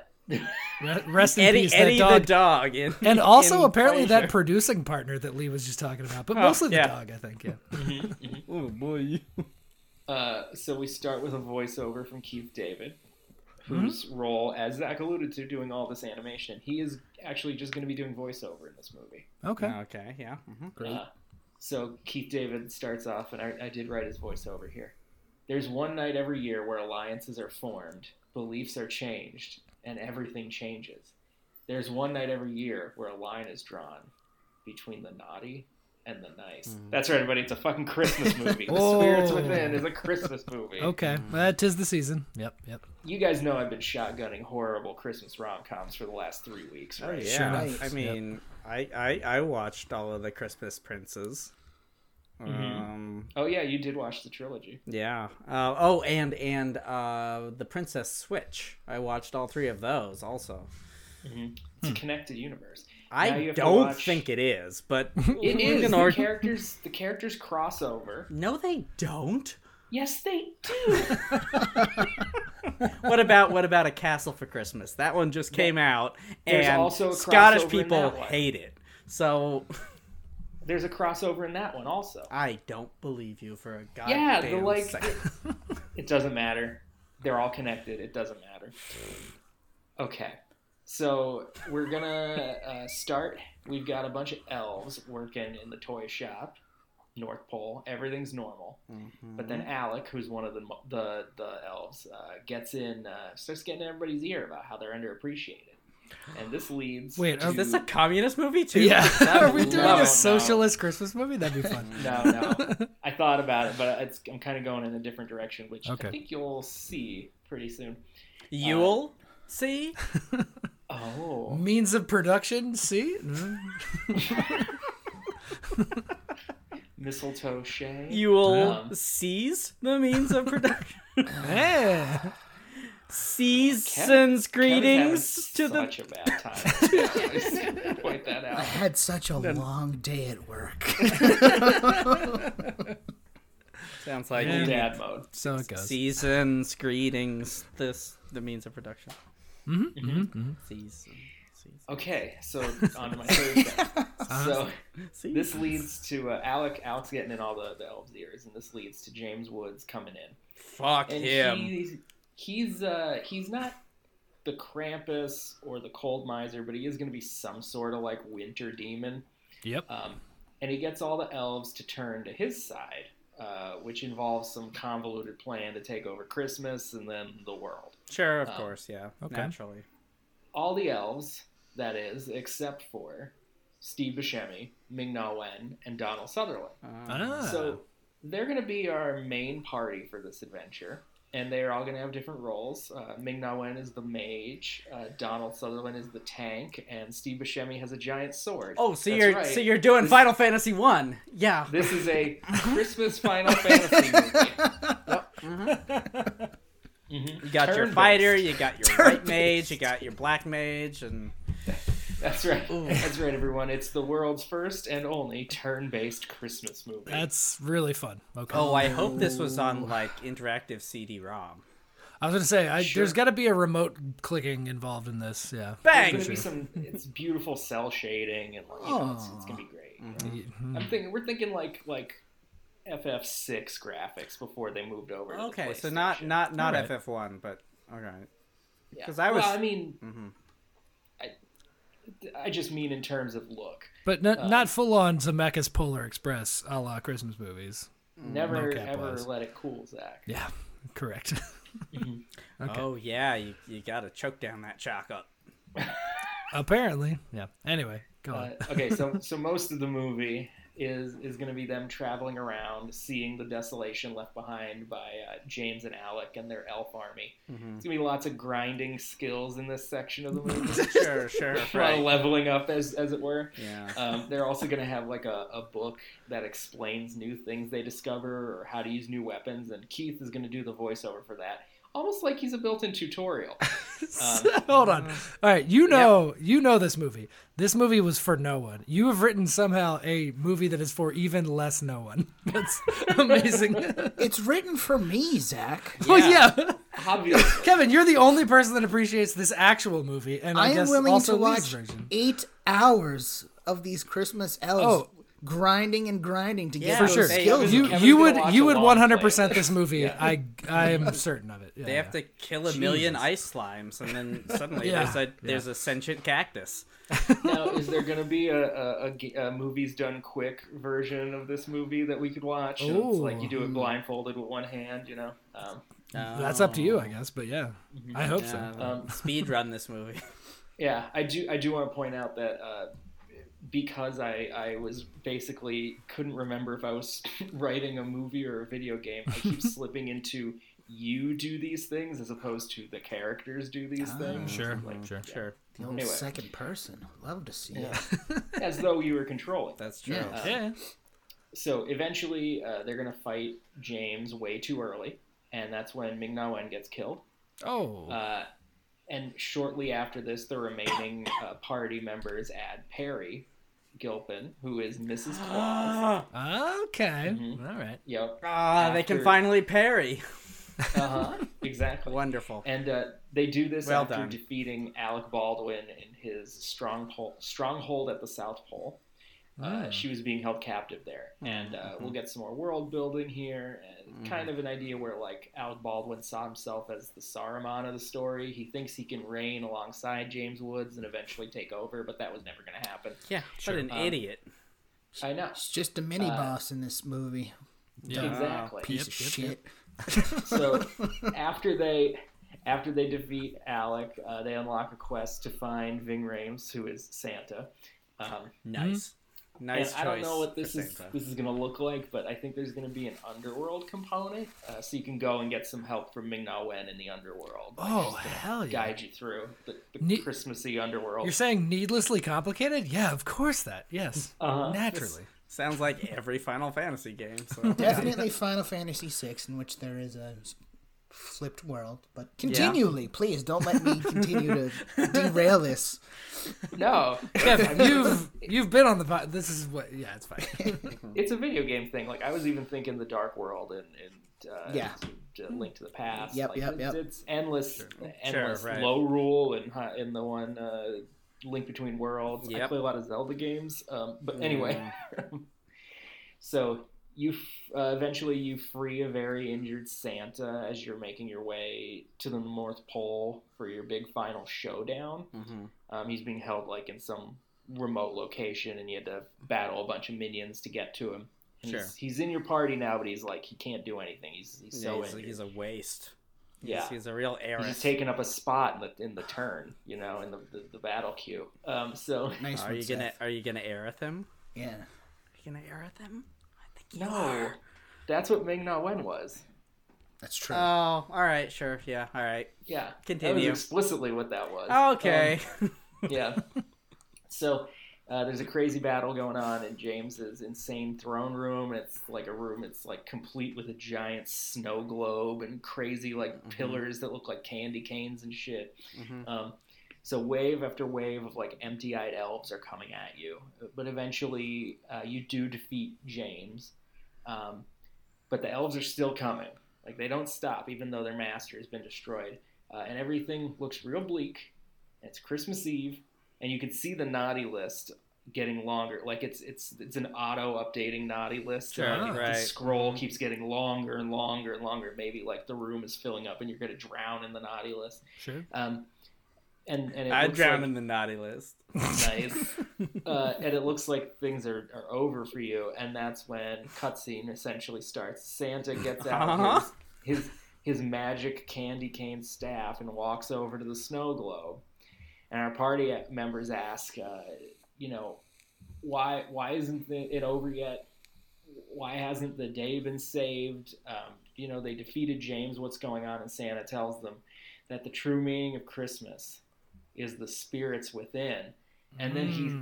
Speaker 3: Re- Rest in
Speaker 2: Eddie,
Speaker 3: peace,
Speaker 2: Eddie
Speaker 3: that dog.
Speaker 2: the dog, in,
Speaker 3: and also
Speaker 2: in
Speaker 3: apparently
Speaker 2: Frasier.
Speaker 3: that producing partner that Lee was just talking about, but mostly the
Speaker 2: yeah.
Speaker 3: dog, I think. Yeah.
Speaker 2: Oh boy.
Speaker 1: Uh, so we start with a voiceover from Keith David, whose role, as Zach alluded to, doing all this animation. He is actually just going to be doing voiceover in this movie.
Speaker 3: Okay.
Speaker 2: Okay, yeah. hmm
Speaker 1: Uh, so Keith David starts off, and I, I did write his voiceover here. There's one night every year where alliances are formed, beliefs are changed, and everything changes. There's one night every year where a line is drawn between the naughty and the nice.
Speaker 2: Mm.
Speaker 1: That's right, everybody. It's a fucking Christmas movie. the Spirits
Speaker 3: Oh.
Speaker 1: Within is a Christmas movie.
Speaker 3: Okay. Well, tis the season. Yep. Yep.
Speaker 1: You guys know I've been shotgunning horrible Christmas rom coms for the last three weeks,
Speaker 2: Oh
Speaker 1: right?
Speaker 2: yeah.
Speaker 6: enough.
Speaker 2: I
Speaker 6: Yep.
Speaker 2: mean, I, I I watched all of the Christmas Princes. Um,
Speaker 1: Oh yeah, you did watch the trilogy.
Speaker 2: yeah. Uh, oh, and and uh, the Princess Switch. I watched all three of those also. Hmm.
Speaker 1: It's a connected universe. Now you
Speaker 2: I
Speaker 1: have to
Speaker 2: don't
Speaker 1: watch-
Speaker 2: think it is, but
Speaker 1: It is
Speaker 2: An
Speaker 1: the
Speaker 2: or-
Speaker 1: characters. The characters crossover.
Speaker 2: no, they don't.
Speaker 1: Yes, they do.
Speaker 2: What about what about a Castle for Christmas? That one just came out,
Speaker 1: There's
Speaker 2: and
Speaker 1: also a crossover
Speaker 2: Scottish
Speaker 1: in
Speaker 2: people
Speaker 1: that one.
Speaker 2: hate it. So
Speaker 1: There's a crossover in that one also.
Speaker 2: I don't believe you for a goddamn
Speaker 1: Yeah, the like.
Speaker 2: second.
Speaker 1: It doesn't matter. They're all connected. It doesn't matter. Okay, so we're gonna uh, start. We've got a bunch of elves working in the toy shop, North Pole. Everything's normal. But then Alec, who's one of the mo- the the elves, uh, gets in, uh, starts getting in everybody's ear about how they're underappreciated, and this leads.
Speaker 3: Wait,
Speaker 1: to...
Speaker 3: are
Speaker 2: Is this a communist movie too?
Speaker 3: Yeah. Are we doing
Speaker 1: no, no.
Speaker 3: a socialist Christmas movie? That'd be fun.
Speaker 1: No, no. I thought about it, but it's, I'm kind of going in a different direction, which I
Speaker 3: Okay.
Speaker 1: think you'll see pretty soon.
Speaker 2: Yule. See,
Speaker 1: Oh.
Speaker 3: Means of production. See. Mm-hmm.
Speaker 1: Mistletoe Shay.
Speaker 2: Yule
Speaker 1: Um.
Speaker 2: sees the means of production.
Speaker 3: Hey.
Speaker 2: Seasons greetings to the.
Speaker 1: such a bad time. Let's Point that out.
Speaker 6: I had such a long day at work.
Speaker 2: Sounds like
Speaker 1: Full Dad mode.
Speaker 3: So it goes.
Speaker 2: seasons greetings. This the means of production.
Speaker 3: Mm-hmm,
Speaker 2: Season. season.
Speaker 1: Okay, so on to my third thing. So
Speaker 2: season.
Speaker 1: this leads to uh, Alec. Alec's getting in all the, the elves' ears, and this leads to James Woods coming in.
Speaker 2: Fuck
Speaker 1: and
Speaker 2: him.
Speaker 1: he's he's uh he's not the Krampus or the cold miser, but he is going to be some sort of like winter demon.
Speaker 3: Yep.
Speaker 1: Um, and he gets all the elves to turn to his side, uh, which involves some convoluted plan to take over Christmas and then the world.
Speaker 2: Sure, of
Speaker 1: Um,
Speaker 2: course, yeah.
Speaker 3: okay.
Speaker 2: Naturally.
Speaker 1: All the elves, that is, except for Steve Buscemi, Ming-Na Wen, and Donald Sutherland.
Speaker 3: Ah.
Speaker 2: Oh.
Speaker 1: So they're going to be our main party for this adventure, and they are all going to have different roles. Uh, Ming Na Wen is the mage, uh, Donald Sutherland is the tank, and Steve Buscemi has a giant sword.
Speaker 2: oh, so
Speaker 1: That's
Speaker 2: you're
Speaker 1: right.
Speaker 2: so you're Mhm. doing Final Fantasy One. Yeah.
Speaker 1: This is a Christmas Final Fantasy movie. Mm-hmm.
Speaker 2: You got your
Speaker 1: turn-based.
Speaker 2: fighter, you got your white mage, you got your black mage, and
Speaker 1: That's right. That's right, everyone. It's the world's first and only turn-based Christmas movie.
Speaker 3: That's really fun. Okay.
Speaker 2: oh, I hope this was on like interactive CD-ROM.
Speaker 3: I was gonna say, I,
Speaker 1: Sure.
Speaker 3: there's got to be a remote clicking involved in this. Yeah.
Speaker 1: There's
Speaker 2: Bang!
Speaker 1: gonna be some. It's beautiful cell shading, and like, you know, it's, it's gonna be great.
Speaker 2: Mm-hmm.
Speaker 1: I'm thinking we're thinking like like FF6 graphics before they moved over. To
Speaker 2: Okay,
Speaker 1: the
Speaker 2: so not
Speaker 1: PlayStation.
Speaker 2: not not
Speaker 3: Alright.
Speaker 2: FF1, but all right.
Speaker 1: Yeah.
Speaker 2: 'cause I was-
Speaker 1: Well, I mean, I I just mean in terms of look.
Speaker 3: But not, not full on Zemeckis Polar Express a la Christmas movies.
Speaker 2: Mm-hmm.
Speaker 1: Never
Speaker 3: mocap
Speaker 1: ever
Speaker 3: was.
Speaker 1: let it cool, Zach.
Speaker 3: Yeah, correct.
Speaker 2: Oh yeah, you, you got to choke down that chalk up.
Speaker 3: Apparently. Yeah. Anyway, go
Speaker 1: Uh,
Speaker 3: on.
Speaker 1: okay, so so most of the movie is is going to be them traveling around, seeing the desolation left behind by uh, James and Alec and their elf army. It's going to be lots of grinding skills in this section of the movie,
Speaker 2: sure, sure,
Speaker 1: A lot of
Speaker 2: right.
Speaker 1: leveling up, as as it were.
Speaker 2: Yeah.
Speaker 1: Um, they're also going to have like a, a book that explains new things they discover or how to use new weapons, and Keith is going to do the voiceover for that, almost like he's a built-in tutorial.
Speaker 6: um,
Speaker 3: Hold on.
Speaker 6: uh,
Speaker 3: All right, you know, you know this movie. This movie was for no one. You have written somehow a movie that is for even less no one. That's amazing.
Speaker 6: It's written for me, Zach.
Speaker 3: Oh yeah,
Speaker 1: Obviously,
Speaker 3: Kevin, you're the only person that appreciates this actual movie, and I,
Speaker 6: I am
Speaker 3: guess
Speaker 6: willing
Speaker 3: also
Speaker 6: to
Speaker 3: Lee's
Speaker 6: watch
Speaker 3: version.
Speaker 6: eight hours of these Christmas elves
Speaker 3: Oh.
Speaker 6: grinding and grinding to get
Speaker 2: For
Speaker 6: those
Speaker 2: sure. Hey, I
Speaker 6: skills.
Speaker 2: was-
Speaker 3: You
Speaker 1: Kevin's
Speaker 3: you
Speaker 1: gonna
Speaker 3: would
Speaker 1: watch
Speaker 3: you
Speaker 1: a
Speaker 3: would
Speaker 1: long
Speaker 3: 100
Speaker 1: play.
Speaker 3: percent this movie. I I am certain of it. Yeah,
Speaker 2: They have to kill a million ice slimes, and then suddenly
Speaker 3: Yeah.
Speaker 2: there's a there's a sentient cactus.
Speaker 1: now is there going to be a, a, a g- a movies done quick version of this movie that we could watch? And It's like you do it blindfolded with one hand, you know. Um,
Speaker 3: That's up to you, I
Speaker 1: Oh.
Speaker 3: guess. But yeah,
Speaker 6: Mm-hmm.
Speaker 3: I hope so.
Speaker 1: Um,
Speaker 2: speed run this movie.
Speaker 1: Yeah, I do. I do want to point out that uh, because I I was basically couldn't remember if I was writing a movie or a video game. I keep slipping into you do these things as opposed to the characters do these things.
Speaker 3: Ah, Sure,
Speaker 1: Like,
Speaker 3: sure.
Speaker 2: Sure,
Speaker 6: The old
Speaker 1: Anyway.
Speaker 6: second person. Love to see
Speaker 1: Yeah.
Speaker 6: it.
Speaker 1: as though you were controlling.
Speaker 2: that's true.
Speaker 6: Yeah.
Speaker 3: Yeah.
Speaker 1: So eventually, uh, they're gonna fight James way too early, and that's when Ming Na Wen gets killed.
Speaker 3: Oh,
Speaker 1: Uh, and shortly after this, the remaining uh, party members add Perry Gilpin, who is Mrs. Claus.
Speaker 6: Uh,
Speaker 3: okay.
Speaker 6: mm-hmm.
Speaker 3: All right.
Speaker 1: Yep.
Speaker 2: Ah, they can
Speaker 1: After-
Speaker 2: finally parry.
Speaker 1: Uh-huh. exactly.
Speaker 2: Wonderful.
Speaker 1: And uh, they do this
Speaker 2: Well
Speaker 1: after
Speaker 2: done.
Speaker 1: defeating Alec Baldwin in his stronghold, stronghold at the South Pole.
Speaker 2: Hmm.
Speaker 1: Uh, she was being held captive there, and uh,
Speaker 2: Mm-hmm.
Speaker 1: we'll get some more world building here, and kind of an idea where like Alec Baldwin saw himself as the Saruman of the story. He thinks he can reign alongside James Woods and eventually take over, but that was never going to happen.
Speaker 2: yeah, what an idiot.
Speaker 1: I know
Speaker 6: It's just a
Speaker 3: Uh,
Speaker 6: mini boss in this movie.
Speaker 1: exactly.
Speaker 6: Piece of shit.
Speaker 1: so after they after they defeat Alec, uh, they unlock a quest to find Ving Rhames, who is Santa. Um,
Speaker 2: Nice,
Speaker 1: and
Speaker 2: nice choice.
Speaker 1: I don't know what
Speaker 2: for
Speaker 1: this is
Speaker 2: Santa.
Speaker 1: this is gonna look like, but I think there's gonna be an underworld component, uh, so you can go and get some help from Ming Na Wen in the underworld.
Speaker 3: Oh hell yeah.
Speaker 1: Guide you through the, the
Speaker 3: Ne-
Speaker 1: Christmassy underworld.
Speaker 3: You're saying needlessly complicated? Yeah, of course that. Yes,
Speaker 1: Uh-huh.
Speaker 3: naturally.
Speaker 2: Sounds like every Final Fantasy game. So.
Speaker 6: Definitely Final Fantasy VI, in which there is a s- flipped world. But continually, please don't let me continue to derail this.
Speaker 1: No,
Speaker 3: Kevin, you've you've been on the pod. This is what. Yeah, it's fine.
Speaker 1: it's a video game thing. Like I was even thinking the Dark World and, and uh,
Speaker 6: Yeah.
Speaker 1: to Link to the Past.
Speaker 6: Yep,
Speaker 1: like,
Speaker 6: yep,
Speaker 1: it's,
Speaker 6: yep.
Speaker 1: It's endless, endless
Speaker 2: right.
Speaker 1: low rule and hi- and the one uh, Link Between Worlds. I
Speaker 2: Yep.
Speaker 1: play a lot of Zelda games, um, but anyway.
Speaker 6: Mm.
Speaker 1: so you f- uh, eventually you free a very injured Santa as you're making your way to the North Pole for your big final
Speaker 6: Mm.
Speaker 1: showdown. Um, he's being held like in some remote location, and you had to battle a bunch of minions to get to him. And he's,
Speaker 2: Sure.
Speaker 1: he's in your party now, but he's like he can't do anything. He's he's
Speaker 2: Yeah,
Speaker 1: so
Speaker 2: he's,
Speaker 1: injured.
Speaker 2: he's a waste.
Speaker 1: yeah,
Speaker 2: He's, he's a real
Speaker 1: he's
Speaker 2: heiress.
Speaker 1: just taking up a spot in the in the turn, you know, in the the, the battle queue. Um, so
Speaker 6: Nice
Speaker 2: Are
Speaker 6: one,
Speaker 2: you gonna
Speaker 6: Seth.
Speaker 2: Are you gonna Aerith him?
Speaker 6: Yeah.
Speaker 2: Are you gonna Aerith him? I think you
Speaker 1: no,
Speaker 2: are.
Speaker 1: that's what Ming Na Wen was.
Speaker 6: That's true.
Speaker 2: Oh, all right, sure, yeah, all right. Um,
Speaker 1: Yeah, That
Speaker 2: Continue. Oh,
Speaker 1: was explicitly what that was.
Speaker 2: Okay.
Speaker 1: yeah. So uh, there's a crazy battle going on in James's insane throne room. It's like a room. It's like complete with a giant snow globe and crazy like pillars that look like candy canes and shit. Um, so wave after wave of like empty-eyed elves are coming at you, but eventually uh, you do defeat James. Um, but the elves are still coming. Like they don't stop, even though their master has been destroyed. Uh, and everything looks real bleak. It's Christmas Eve, and you can see the naughty list getting longer. Like it's it's it's an auto updating naughty list.
Speaker 2: Sure,
Speaker 1: Like,
Speaker 2: right.
Speaker 1: The scroll keeps getting longer and longer and longer. Maybe like the room is filling up, and you're gonna drown in the naughty list.
Speaker 3: Sure.
Speaker 1: Um, and and it
Speaker 2: I
Speaker 1: looks
Speaker 2: drown
Speaker 1: like-
Speaker 2: in the naughty list.
Speaker 1: nice. Uh, and it looks like things are, are over for you, and that's when cutscene essentially starts. Santa gets out
Speaker 2: Uh-huh.
Speaker 1: his, his his magic candy cane staff and walks over to the snow globe, and our party members ask, uh, you know, why why isn't the, it over yet? Why hasn't the day been saved? Um, you know, they defeated James. What's going on? And Santa tells them that the true meaning of Christmas is the spirits within. And then he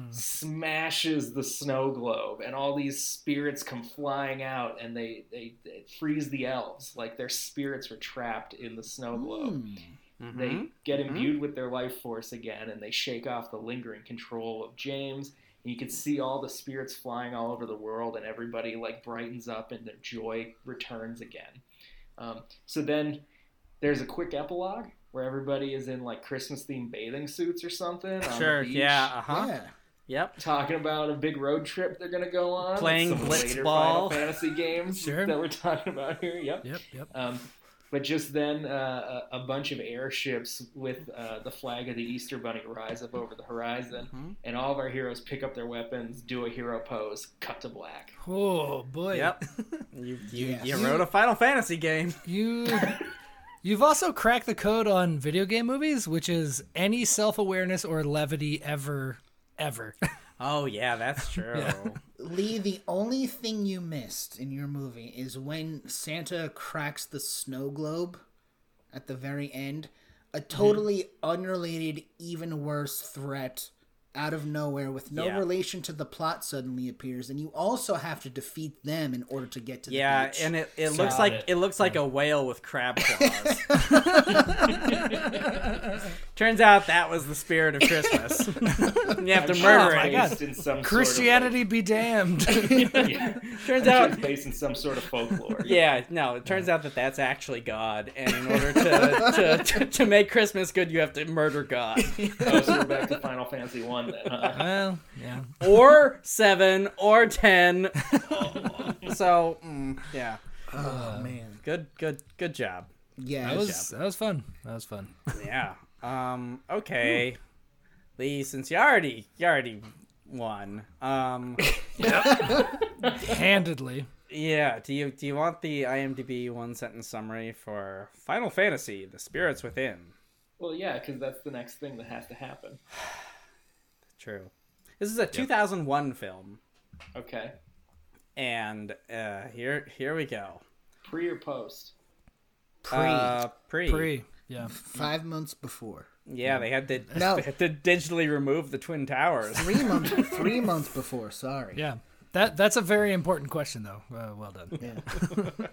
Speaker 1: smashes the snow globe, and all these spirits come flying out, and they, they, they freeze the elves like their spirits were trapped in the snow globe
Speaker 6: hmm.
Speaker 2: Mm-hmm.
Speaker 1: they get imbued with their life force again and they shake off the lingering control of james and you can see all the spirits flying all over the world and everybody like brightens up and their joy returns again um, so then there's a quick epilogue where everybody is in like christmas themed bathing suits or something on the
Speaker 2: Sure.
Speaker 1: beach,
Speaker 2: Yeah. Uh huh.
Speaker 6: Yeah.
Speaker 2: Yep.
Speaker 1: talking about a big road trip they're gonna go on
Speaker 2: Playing
Speaker 1: some
Speaker 2: blitz
Speaker 1: later
Speaker 2: ball.
Speaker 1: Final fantasy games
Speaker 3: Sure.
Speaker 1: that we're talking about here yep
Speaker 3: Yep, yep.
Speaker 1: um, but just then, uh, a a bunch of airships with uh, the flag of the Easter Bunny rise up over the horizon, and all of our heroes pick up their weapons, do a hero pose, cut to black.
Speaker 3: Oh boy.
Speaker 2: Yep. you you,
Speaker 6: Yes.
Speaker 2: you wrote a Final Fantasy game.
Speaker 3: You You've also cracked the code on video game movies, which is any self-awareness or levity ever ever.
Speaker 2: Oh yeah, that's true.
Speaker 6: Lee, the only thing you missed in your movie is when Santa cracks the snow globe at the very end. A
Speaker 2: Mm-hmm.
Speaker 6: totally unrelated, even worse threat out of nowhere with no
Speaker 2: Yeah.
Speaker 6: relation to the plot suddenly appears, and you also have to defeat them in order to get to the
Speaker 2: Yeah,
Speaker 6: beach.
Speaker 2: and it, it looks like it. looks like a whale with crab claws. Turns out that was the spirit of Christmas. you have to murder
Speaker 1: it's
Speaker 2: it.
Speaker 3: God.
Speaker 1: based in some
Speaker 3: Christianity be damned.
Speaker 1: Sort of, yeah.
Speaker 2: Turns
Speaker 1: I'm sure
Speaker 2: out
Speaker 1: it's based in some sort of folklore.
Speaker 2: Yeah, no, it turns out that that's actually God, and in order to, to, to, to make Christmas good, you have to murder God.
Speaker 1: Oh, so we're back to Final Fantasy One then. Huh?
Speaker 3: well, yeah.
Speaker 2: Or seven, or ten. So, mm, yeah,
Speaker 6: oh man,
Speaker 2: good, good, good job.
Speaker 6: yeah,
Speaker 3: That was that was fun. That was fun.
Speaker 2: Yeah. Um, okay. Lee, since you already, you already won, um,
Speaker 3: Handedly.
Speaker 2: yeah, do you, do you want the IMDb one sentence summary for Final Fantasy, The Spirits Within?
Speaker 1: Well, yeah, because that's the next thing that has to happen.
Speaker 2: True. This is a 2001 film.
Speaker 1: Okay.
Speaker 2: and uh here here we go
Speaker 1: Pre or post?
Speaker 6: pre
Speaker 2: uh pre,
Speaker 3: Pre. Yeah.
Speaker 6: five months before,
Speaker 2: yeah they had to
Speaker 6: No.
Speaker 2: they had to digitally remove the twin towers
Speaker 6: three months, three months before. Sorry,
Speaker 3: Yeah. That that's a very important question though. Uh, well done.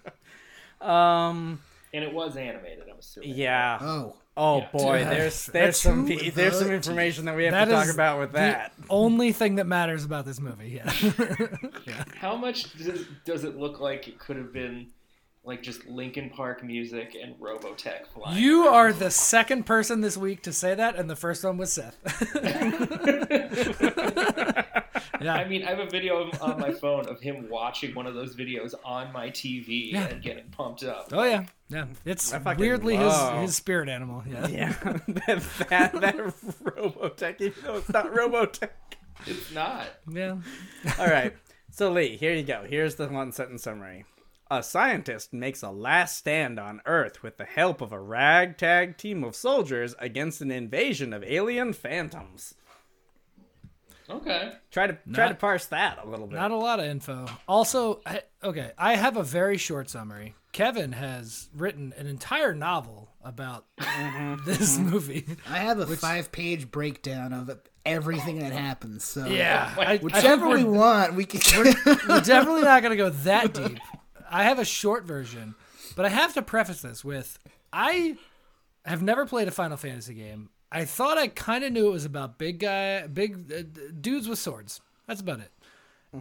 Speaker 6: Yeah.
Speaker 2: um
Speaker 1: And it was animated, I'm assuming.
Speaker 2: yeah
Speaker 6: Oh,
Speaker 2: oh
Speaker 1: Yeah.
Speaker 2: boy there's there's
Speaker 3: That's
Speaker 2: some
Speaker 6: who
Speaker 2: pe- there's some
Speaker 6: the-
Speaker 2: information that we have
Speaker 3: That
Speaker 2: to talk
Speaker 3: is
Speaker 2: about with that
Speaker 3: The only thing that matters about this movie, yeah.
Speaker 1: How much does, does it look like it could have been like just Linkin Park music and Robotech flying?
Speaker 3: You are the second person this week to say that, and the first one was Seth.
Speaker 1: I mean, I have a video of- on my phone of him watching one of those videos on my TV and getting pumped up.
Speaker 3: Oh yeah, yeah. It's
Speaker 2: fucking
Speaker 3: weirdly
Speaker 2: love-
Speaker 3: his his spirit animal. Yeah.
Speaker 2: yeah that that, that robotech even though it's not robotech
Speaker 1: It's not.
Speaker 3: yeah.
Speaker 2: all right so lee here you go here's the one sentence summary a scientist makes a last stand on Earth with the help of a ragtag team of soldiers against an invasion of alien phantoms.
Speaker 1: Okay.
Speaker 2: Try to try to parse that a little bit.
Speaker 3: Not a lot of info. Also, I, okay, I have a very short summary. Kevin has written an entire novel about this movie.
Speaker 6: I have a five-page breakdown of everything that happens. So
Speaker 3: Yeah, I, I think
Speaker 6: Whichever
Speaker 3: we're
Speaker 6: we want, we can.
Speaker 3: We're definitely not going to go that deep. I have a short version, but I have to preface this with I have never played a Final Fantasy game. I thought I kind of knew it was about big guy, big uh, d- dudes with swords. That's about it.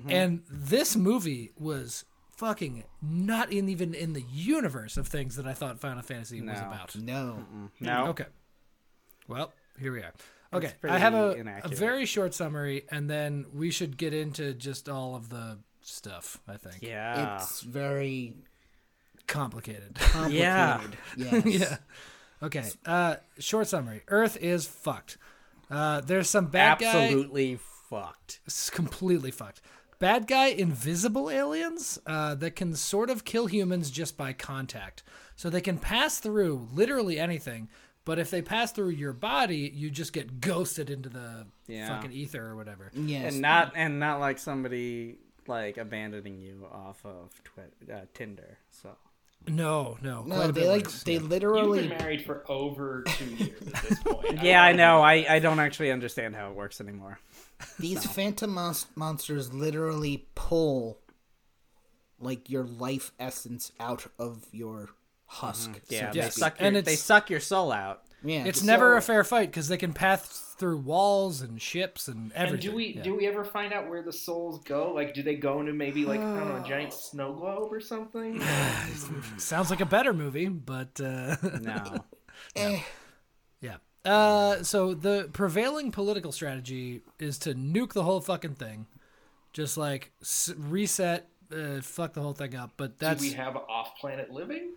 Speaker 3: And this movie was fucking not in even in the universe of things that I thought Final Fantasy was
Speaker 2: No.
Speaker 3: about.
Speaker 6: no,
Speaker 2: no.
Speaker 3: Okay. Well, here we are. Okay,
Speaker 2: pretty
Speaker 3: I have a, a
Speaker 2: inaccurate.
Speaker 3: very short summary, and then we should get into just all of the stuff. I think
Speaker 2: Yeah.
Speaker 6: it's very
Speaker 3: complicated.
Speaker 6: complicated.
Speaker 2: Yeah.
Speaker 6: Yes.
Speaker 3: yeah. Okay. Uh, short summary. Earth is fucked. Uh, there's some bad guy.
Speaker 2: Absolutely fucked.
Speaker 3: It's completely fucked. Bad guy, invisible aliens uh, that can sort of kill humans just by contact. So they can pass through literally anything, But if they pass through your body, you just get ghosted into the
Speaker 2: Yeah.
Speaker 3: fucking ether or whatever.
Speaker 6: Yes.
Speaker 2: and not and not like somebody like abandoning you off of twi- uh, Tinder. So
Speaker 3: No, no. quite
Speaker 6: no,
Speaker 3: a
Speaker 6: they
Speaker 3: bit
Speaker 6: like
Speaker 3: worse.
Speaker 6: they
Speaker 1: You've
Speaker 6: literally
Speaker 1: been married for over two years at this point.
Speaker 2: yeah, I know. I, I don't actually understand how it works anymore.
Speaker 6: These phantom mons- monsters literally pull like your life essence out of your husk.
Speaker 3: Mm-hmm.
Speaker 2: Yeah,
Speaker 6: so
Speaker 2: they
Speaker 6: to
Speaker 3: Yes,
Speaker 6: speak.
Speaker 2: suck your,
Speaker 3: and
Speaker 2: they
Speaker 3: it's-
Speaker 2: suck your soul out.
Speaker 6: Yeah,
Speaker 3: It's
Speaker 6: so-
Speaker 3: never a fair fight because they can pass through walls and ships and
Speaker 1: And
Speaker 3: everything.
Speaker 1: do we
Speaker 3: Yeah.
Speaker 1: do we ever find out where the souls go? Like, do they go into maybe like I don't know, a giant snow globe or something?
Speaker 3: Sounds like a better movie, but uh,
Speaker 2: No.
Speaker 6: Eh,
Speaker 3: yeah. Uh, so the prevailing political strategy is to nuke the whole fucking thing, just like s- reset, uh, fuck the whole thing up. But
Speaker 1: Do
Speaker 3: that's
Speaker 1: we have off-planet living?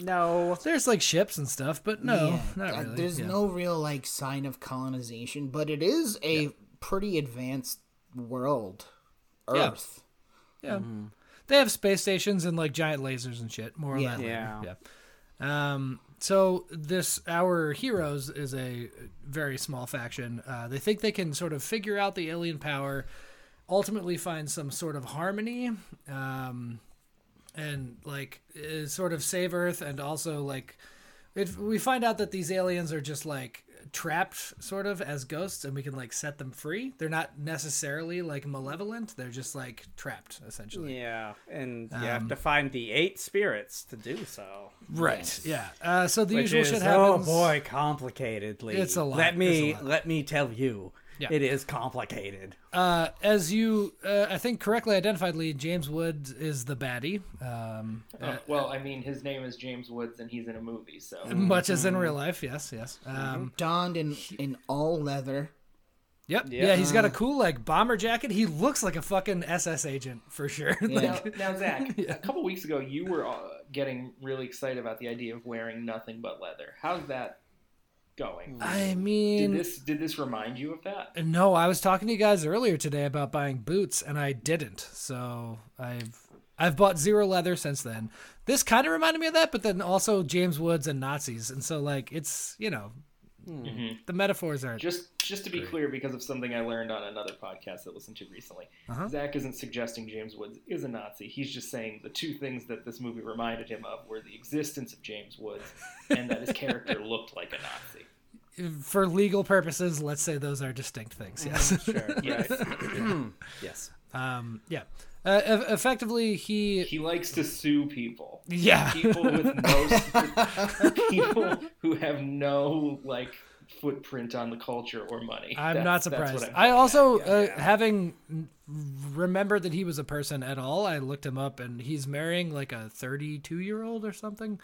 Speaker 2: no.
Speaker 3: there's like ships and stuff, but no,
Speaker 6: yeah,
Speaker 3: Oh, not
Speaker 6: uh,
Speaker 3: really.
Speaker 6: There's
Speaker 3: yeah.
Speaker 6: no real like sign of colonization, but it is a pretty advanced world.
Speaker 3: Yeah.
Speaker 6: Earth.
Speaker 3: Yeah. They have space stations and like giant lasers and shit. More on
Speaker 6: Yeah.
Speaker 3: that later.
Speaker 2: Yeah.
Speaker 3: Yeah. Um, so this our heroes is a very small faction. Uh, they think they can sort of figure out the alien power, ultimately find some sort of harmony, um, and like uh, sort of save Earth and also like it, we find out that these aliens are just like trapped sort of as ghosts and we can like set them free they're not necessarily like malevolent they're just like trapped essentially
Speaker 2: Yeah, and you have to
Speaker 3: Um,
Speaker 2: find the eight spirits to do so.
Speaker 3: right yeah uh, so the
Speaker 2: Which
Speaker 3: usual
Speaker 2: is
Speaker 3: shit
Speaker 2: oh
Speaker 3: happens
Speaker 2: boy, complicatedly.
Speaker 3: It's a lot.
Speaker 2: Let me
Speaker 3: It's a lot.
Speaker 2: let me tell you,
Speaker 3: Yeah.
Speaker 2: it is complicated.
Speaker 3: uh, as you uh, i think correctly identified lee james wood is the baddie um,
Speaker 1: Uh, well, I mean, his name is James Woods, and he's in a movie, so
Speaker 3: much as in real life yes yes um,
Speaker 6: Donned in in all leather.
Speaker 3: yep yeah he's got a cool like bomber jacket he looks like a fucking ss agent for sure
Speaker 1: now,
Speaker 3: like,
Speaker 1: now Zach, a couple weeks ago, you were uh, getting really excited about the idea of wearing nothing but leather. How's that going?
Speaker 3: i
Speaker 1: Did
Speaker 3: mean
Speaker 1: this did this remind you of that?
Speaker 3: No, I was talking to you guys earlier today about buying boots, and I didn't. So I've I've bought zero leather since then. This kind of reminded me of that, but then also James Woods and Nazis, and so like it's you know the metaphors are
Speaker 1: Just just to be clear, because of something I learned on another podcast that I listened to recently, Zach isn't suggesting James Woods is a Nazi. He's just saying the two things that this movie reminded him of were the existence of James Woods and that his character looked like a Nazi.
Speaker 3: for legal purposes. Let's say those are distinct things. Yes.
Speaker 1: Yes.
Speaker 2: Yes.
Speaker 3: um. Yeah. Uh, eff- effectively, he
Speaker 1: He likes to sue people.
Speaker 3: yeah.
Speaker 1: People with no people who have no like footprint on the culture or money.
Speaker 3: I'm
Speaker 1: That's-
Speaker 3: not
Speaker 1: that's what
Speaker 3: surprised.
Speaker 1: I'm
Speaker 3: I also, uh, having n- remembered that he was a person at all, I looked him up, and he's marrying like a 32 year old or something,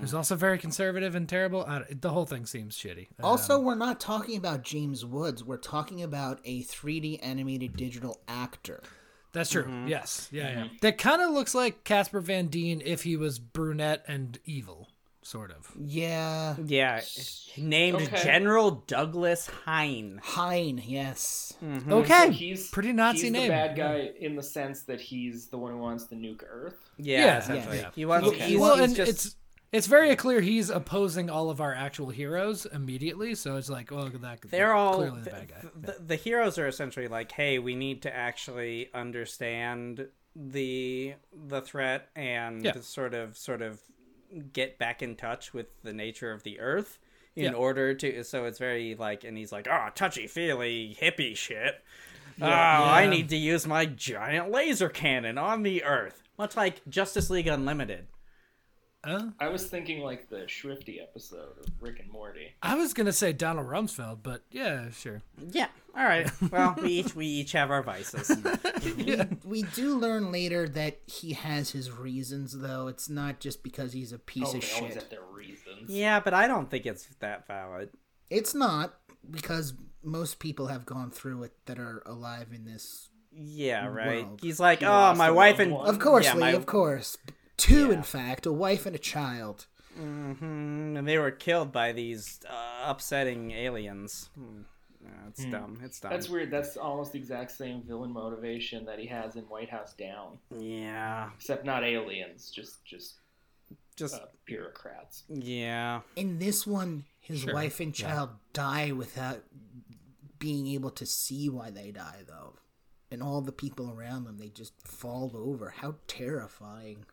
Speaker 3: who's also very conservative and terrible. I, don't- the whole thing seems shitty. Uh,
Speaker 6: Also, we're not talking about James Woods. We're talking about a 3D animated digital actor.
Speaker 3: that's true. Yes. Yeah. Yeah. That kind of looks like Casper Van Dien if he was brunette and evil, sort of.
Speaker 6: Yeah.
Speaker 2: Yeah, named
Speaker 1: Okay.
Speaker 2: General Douglas Hine.
Speaker 6: Hine, yes.
Speaker 3: Hmm. Okay.
Speaker 1: So he's
Speaker 3: Pretty Nazi
Speaker 1: he's
Speaker 3: name.
Speaker 1: The bad guy in the sense that he's the one who wants to nuke Earth.
Speaker 2: Yeah,
Speaker 3: Yeah,
Speaker 2: essentially.
Speaker 6: yeah.
Speaker 2: He wants.
Speaker 1: Okay.
Speaker 2: He's,
Speaker 3: well,
Speaker 2: he's
Speaker 3: and
Speaker 2: just,
Speaker 3: it's it's very clear he's opposing all of our actual heroes immediately. So it's like, well, that
Speaker 2: they're all
Speaker 3: clearly the
Speaker 2: th-
Speaker 3: bad guy.
Speaker 2: th- The, the heroes are essentially like hey we need to actually understand the the threat and
Speaker 3: Yeah.
Speaker 2: sort of sort of get back in touch with the nature of the earth in
Speaker 3: Yeah.
Speaker 2: order to so it's very like and he's like oh touchy feely hippie shit oh i
Speaker 3: Yeah.
Speaker 2: need to use my giant laser cannon on the earth much like justice league unlimited
Speaker 3: Huh?
Speaker 1: I was thinking like the Shrifty episode of Rick and Morty.
Speaker 3: I was gonna say Donald Rumsfeld, but yeah, sure.
Speaker 2: yeah all right well we each we each have our vices
Speaker 6: We do learn later that he has his reasons, though. It's not just because he's a piece
Speaker 1: Oh,
Speaker 6: of
Speaker 1: they always
Speaker 6: shit.
Speaker 1: have their reasons.
Speaker 2: yeah but i don't think it's that valid
Speaker 6: It's not because most people have gone through it that are alive in this.
Speaker 2: Yeah,
Speaker 6: Mm,
Speaker 2: right.
Speaker 6: world.
Speaker 2: He's like, oh,
Speaker 1: lost
Speaker 2: my
Speaker 1: a
Speaker 2: wife
Speaker 1: loved
Speaker 2: and
Speaker 1: one.
Speaker 6: Of course,
Speaker 2: Yeah,
Speaker 6: Lee,
Speaker 2: my-
Speaker 6: of course. Two, in fact, a wife and a child.
Speaker 2: Mhm, and they were killed by these uh, upsetting aliens. Hmm. Yeah, it's dumb. It's dumb.
Speaker 1: That's weird. That's almost the exact same villain motivation that he has in White House Down,
Speaker 2: Yeah,
Speaker 1: except not aliens, just just
Speaker 2: Just
Speaker 1: uh, bureaucrats.
Speaker 2: yeah.
Speaker 6: In this one, his wife and child die without being able to see why they die, though. And all the people around them, they just fall over. How terrifying.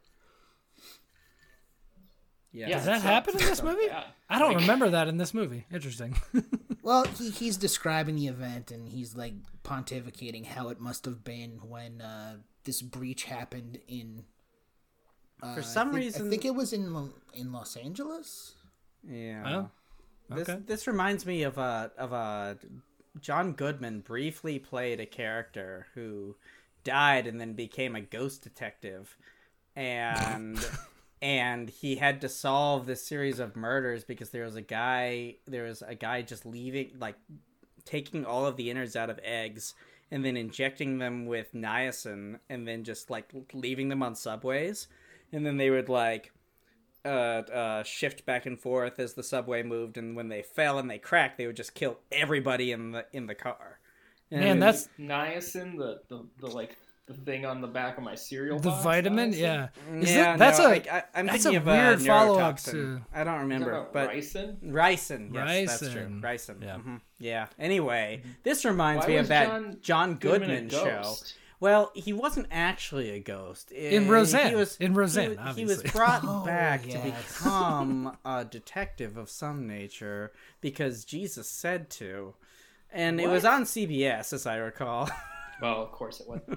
Speaker 2: Yeah.
Speaker 1: Yeah.
Speaker 3: Does that
Speaker 1: So-
Speaker 3: happen in this
Speaker 1: so
Speaker 3: movie?
Speaker 1: bad.
Speaker 3: I don't remember that in this movie. Interesting.
Speaker 6: Well, he, he's describing the event and he's like pontificating how it must have been when uh, this breach happened in.
Speaker 2: For some
Speaker 6: I think,
Speaker 2: reason
Speaker 6: I think it was in Lo- in Los Angeles.
Speaker 2: Yeah.
Speaker 3: Oh,
Speaker 2: This
Speaker 3: okay.
Speaker 2: this reminds me of a of a John Goodman briefly played a character who died and then became a ghost detective and and he had to solve this series of murders because there was a guy there was a guy just leaving like taking all of the innards out of eggs and then injecting them with niacin and then just like leaving them on subways and then they would like uh, uh, shift back and forth as the subway moved and when they fell and they cracked they would just kill everybody in the in the car And
Speaker 3: Man, that's
Speaker 1: Niacin, the, the the like the thing on the back of my cereal.
Speaker 3: the
Speaker 1: box,
Speaker 3: vitamin.
Speaker 1: niacin?
Speaker 3: Yeah. Is
Speaker 2: yeah,
Speaker 3: that- that's
Speaker 2: no,
Speaker 3: a
Speaker 2: I, I, am
Speaker 3: that's
Speaker 2: thinking
Speaker 3: a
Speaker 2: of
Speaker 3: weird
Speaker 2: a
Speaker 3: follow-up
Speaker 2: neurotoxin.
Speaker 3: to-
Speaker 2: I don't
Speaker 1: Is that
Speaker 2: remember,
Speaker 1: about
Speaker 2: but
Speaker 1: ricin?
Speaker 2: ricin, yes, that's true,
Speaker 3: Ricin.
Speaker 2: ricin.
Speaker 3: Yeah.
Speaker 2: mhm, yeah. Anyway, this reminds
Speaker 1: Why
Speaker 2: me
Speaker 1: was
Speaker 2: of that
Speaker 1: John
Speaker 2: John,
Speaker 1: Goodman a
Speaker 2: Goodman, show.
Speaker 1: ghost?
Speaker 2: Well, he wasn't actually a ghost Eh,
Speaker 3: Roseanne.
Speaker 2: He was
Speaker 3: In Roseanne,
Speaker 2: He, wa- he was
Speaker 3: obviously.
Speaker 2: brought
Speaker 6: Oh,
Speaker 2: back to
Speaker 6: yes.
Speaker 2: become a detective of some nature because Jesus said to, and it was on CBS, as I recall.
Speaker 1: Well, of course it was.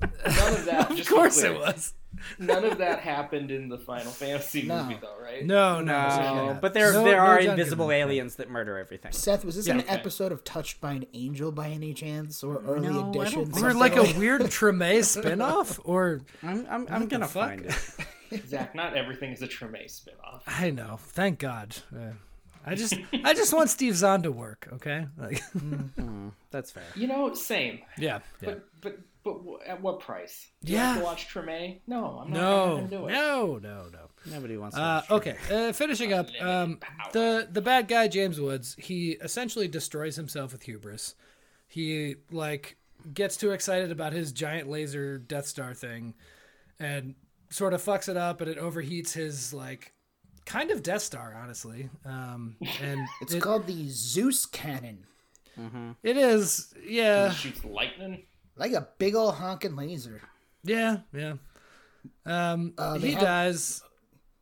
Speaker 1: None of that.
Speaker 3: Of course it was.
Speaker 1: None of that happened in the Final Fantasy movie, though, right?
Speaker 3: No, no.
Speaker 2: Uh,
Speaker 3: yeah.
Speaker 2: but there
Speaker 3: No-
Speaker 2: there
Speaker 3: no
Speaker 2: are
Speaker 3: John
Speaker 2: invisible
Speaker 3: Goodman.
Speaker 2: aliens that murder everything.
Speaker 6: Seth, was this an
Speaker 1: okay.
Speaker 6: episode of Touched by an Angel by any chance, or
Speaker 2: No,
Speaker 6: early
Speaker 2: I don't
Speaker 6: edition?
Speaker 2: think
Speaker 3: Or
Speaker 6: something
Speaker 3: like a weird Treme spinoff, or
Speaker 2: I'm I'm, I'm gonna
Speaker 3: fuck?
Speaker 2: find it.
Speaker 1: Zach, not everything is a Treme spinoff.
Speaker 3: I know. Thank God. Uh, I just I just want Steve Zahn to work. Okay. Like
Speaker 2: That's fair.
Speaker 1: You know, same.
Speaker 3: yeah. yeah.
Speaker 1: But but but w- at what price? Do I have
Speaker 3: Yeah.
Speaker 1: to watch Treme? No, I'm not
Speaker 3: No.
Speaker 1: going to do it.
Speaker 3: No. No. No.
Speaker 2: Nobody wants. To
Speaker 3: Uh,
Speaker 2: watch
Speaker 3: okay. Uh, finishing up, um, the the bad guy James Woods, he essentially destroys himself with hubris. He like gets too excited about his giant laser Death Star thing, and sort of fucks it up, and it overheats his like kind of Death Star, honestly. Um, and
Speaker 6: It's
Speaker 3: it-
Speaker 6: called the Zeus cannon,
Speaker 3: it is, yeah,
Speaker 1: Shoots lightning.
Speaker 6: like a big old honking laser.
Speaker 3: yeah, yeah. Um,
Speaker 6: they
Speaker 3: he
Speaker 6: have-
Speaker 3: dies.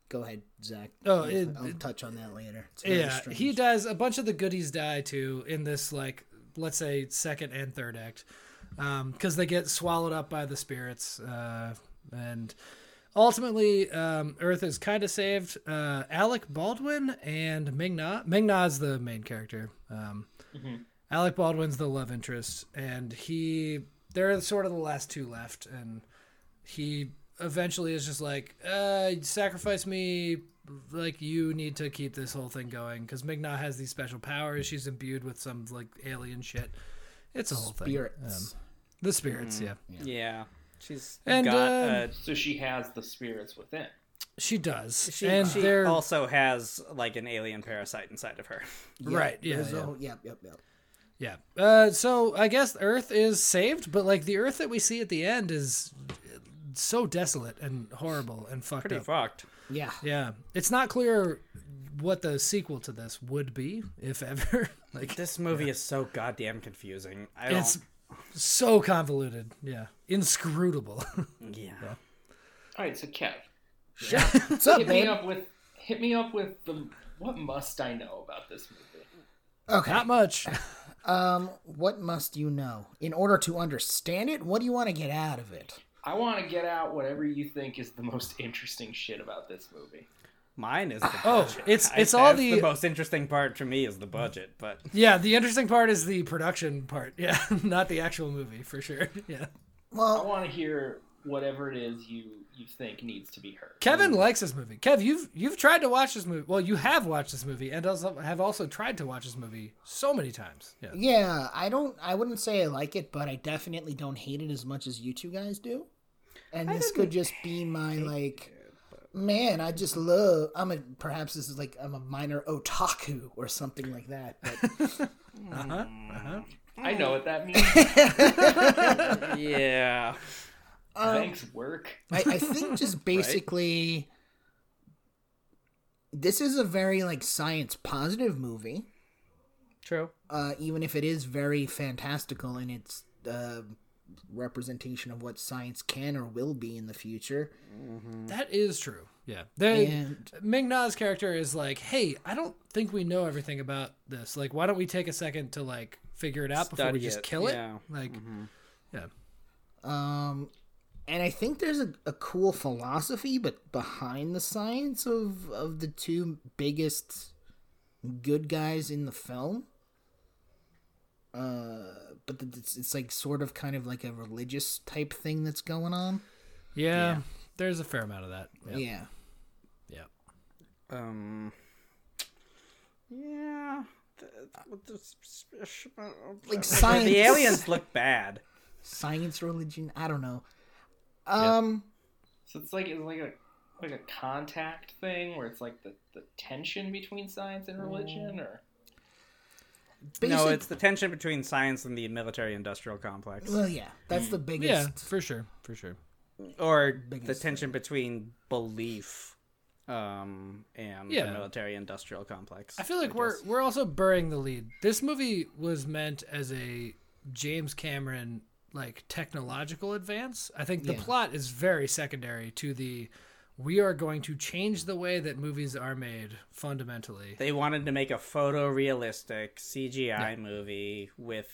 Speaker 6: Go ahead, Zach.
Speaker 3: Oh,
Speaker 6: I'll,
Speaker 3: it-
Speaker 6: I'll touch on that later. It's very
Speaker 3: Yeah,
Speaker 6: strange.
Speaker 3: he dies. A bunch of the goodies die too in this like let's say second and third act, because they get swallowed up by the spirits, uh, and ultimately um, Earth is kind of saved. Uh, Alec Baldwin and Ming Na. Ming Na is the main character. Um, Alec Baldwin's the love interest, and he they're sort of the last two left, and he eventually is just like, uh, sacrifice me. Like you need to keep this whole thing going because Migna has these special powers. She's imbued with some like alien shit. It's a whole thing. Um,
Speaker 6: spirits.
Speaker 3: the spirits, Mm. yeah.
Speaker 2: it. Yeah, she's
Speaker 3: And,
Speaker 2: got.
Speaker 3: uh,
Speaker 2: a,
Speaker 1: So she has the spirits within.
Speaker 3: She does,
Speaker 2: she
Speaker 3: and
Speaker 2: she
Speaker 3: they're
Speaker 2: also has like an alien parasite inside of her.
Speaker 3: right. Yeah,
Speaker 6: There's a
Speaker 3: yeah.
Speaker 6: whole- yep, yep, yep.
Speaker 3: Yeah. Uh, so I guess Earth is saved, but like the Earth that we see at the end is uh, so desolate and horrible and fucked
Speaker 2: Pretty
Speaker 3: up.
Speaker 2: fucked.
Speaker 6: Yeah.
Speaker 3: Yeah, it's not clear what the sequel to this would be, if ever. like
Speaker 2: This movie is so goddamn confusing. I don't.
Speaker 3: it's so convoluted. Yeah, inscrutable.
Speaker 2: yeah.
Speaker 1: All right, so Kev,
Speaker 6: What's up,
Speaker 1: hit me
Speaker 6: man?
Speaker 1: up with hit me up with the what must I know about this movie?
Speaker 6: Okay.
Speaker 3: not much.
Speaker 6: Um, what must you know in order to understand it? What do you want to get out of it?
Speaker 1: I want to get out whatever you think is the most interesting shit about this movie.
Speaker 2: Mine is the
Speaker 3: Oh,
Speaker 2: budget.
Speaker 3: it's
Speaker 2: I-
Speaker 3: it's all
Speaker 2: that's
Speaker 3: the,
Speaker 2: the most interesting part to me is the budget, but
Speaker 3: yeah. The interesting part is the production part. Yeah, not the actual movie for sure. Yeah,
Speaker 1: I
Speaker 6: Well,
Speaker 1: want to hear whatever it is you you think needs to be heard.
Speaker 3: Kevin likes this movie. Kev, you've you've tried to watch this movie. Well, you have watched this movie and also have also tried to watch this movie so many times. Yeah,
Speaker 6: yeah, I don't. I wouldn't say I like it, but I definitely don't hate it as much as you two guys do. And this could just be my like, man. I just love. I'm a perhaps this is like I'm a minor otaku or something like that. But
Speaker 1: I know what that means.
Speaker 2: yeah.
Speaker 1: Thanks, work.
Speaker 6: I, I think just basically this is a very like science positive movie.
Speaker 2: True.
Speaker 6: uh, even if it is very fantastical in its uh, representation of what science can or will be in the future.
Speaker 3: That is true. Yeah. They
Speaker 6: And-
Speaker 3: Ming Na's character is like, hey, I don't think we know everything about this. Like, why don't we take a second to like figure it out before we
Speaker 2: Study
Speaker 3: just
Speaker 2: it,
Speaker 3: kill it?
Speaker 2: yeah. Mm-hmm.
Speaker 3: Like, yeah.
Speaker 6: Um, and I think there's a, a cool philosophy, but behind the science of of the two biggest good guys in the film. Uh, but th- it's, it's like sort of kind of like a religious type thing that's going on.
Speaker 3: yeah, There's a fair amount of that. Yeah.
Speaker 6: Yeah.
Speaker 3: yeah.
Speaker 2: Um. Yeah. th- with the-
Speaker 6: Like science.
Speaker 2: The aliens look bad.
Speaker 6: Science, religion. I don't know. Um.
Speaker 1: So it's like it's like a like a contact thing where it's like the, the tension between science and religion or
Speaker 2: No,
Speaker 6: basic-
Speaker 2: it's the tension between science and the military-industrial complex,
Speaker 6: Well, yeah, that's the biggest.
Speaker 3: Yeah, for sure. For sure.
Speaker 2: or the
Speaker 6: biggest
Speaker 2: tension between belief, um, and the
Speaker 3: Yeah.
Speaker 2: military-industrial complex.
Speaker 3: I feel like we're
Speaker 2: guess.
Speaker 3: we're also burying the lead. This movie was meant as a James Cameron like technological advance. I think the
Speaker 6: Yeah.
Speaker 3: plot is very secondary to the we are going to change the way that movies are made fundamentally.
Speaker 2: they wanted to make a photorealistic CGI movie with,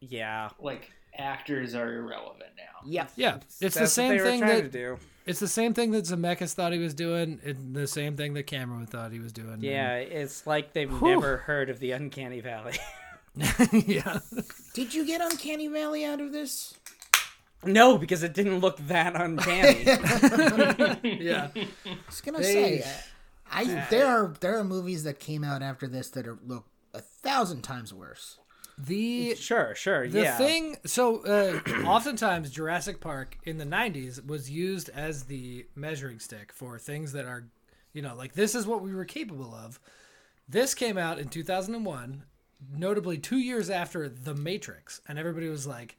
Speaker 2: yeah,
Speaker 1: like actors are irrelevant now.
Speaker 6: Yep.
Speaker 3: Yeah, it's the
Speaker 2: That's what
Speaker 3: same
Speaker 2: they were
Speaker 3: thing
Speaker 2: trying to
Speaker 3: that Mm-hmm.
Speaker 2: do.
Speaker 3: it's the same thing that Zemeckis thought he was doing, and the same thing that Cameron thought he was doing.
Speaker 2: Yeah, it's like they've never heard of the uncanny valley.
Speaker 3: And- yeah,
Speaker 6: Did you get Uncanny Valley out of this?
Speaker 2: no, because it didn't look that uncanny.
Speaker 3: yeah.
Speaker 6: I was gonna
Speaker 3: They-
Speaker 6: say, I there are there are movies that came out after this that are look a thousand times worse.
Speaker 3: The
Speaker 2: sure, sure,
Speaker 3: The
Speaker 2: yeah.
Speaker 3: thing, so uh, oftentimes Jurassic Park in the 90s was used as the measuring stick for things that are, you know, like this is what we were capable of. This came out in 2001, notably two years after The Matrix, and everybody was like,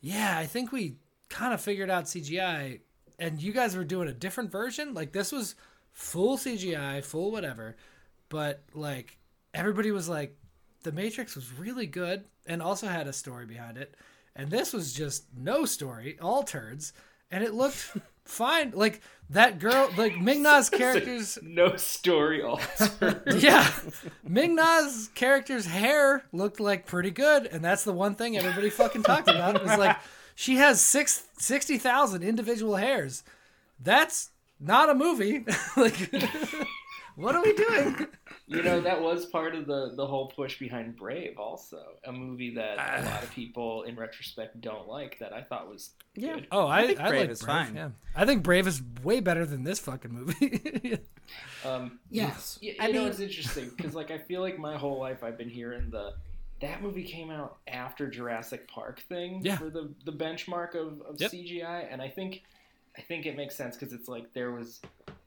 Speaker 3: yeah, I think we kind of figured out CGI, and you guys were doing a different version. Like this was full CGI, full whatever, but like everybody was like, The Matrix was really good and also had a story behind it, and this was just no story, all turds, and it looked fine. Like that girl, like Ming Na's characters,
Speaker 1: No story alter.
Speaker 3: yeah, Ming Na's character's hair looked like pretty good, and that's the one thing everybody fucking talked about. It was like she has six sixty thousand individual hairs. That's not a movie. like, what are we doing?
Speaker 1: you know that was part of the the whole push behind Brave also, a movie that a
Speaker 3: Ah.
Speaker 1: lot of people in retrospect don't like that I thought was
Speaker 2: Yeah.
Speaker 1: good.
Speaker 3: Oh, I, I,
Speaker 2: think
Speaker 3: like
Speaker 2: Brave
Speaker 3: Brave.
Speaker 2: is fine.
Speaker 3: Yeah, I think Brave is way better than this fucking movie.
Speaker 1: Um,
Speaker 6: Yes.
Speaker 1: Yeah,
Speaker 6: I
Speaker 1: you know
Speaker 6: mean-
Speaker 1: it's interesting because like I feel like my whole life I've been hearing the that movie came out after Jurassic Park thing
Speaker 3: Yeah.
Speaker 1: for the the benchmark of, of
Speaker 3: Yep.
Speaker 1: CGI, and I think I think it makes sense because it's like there was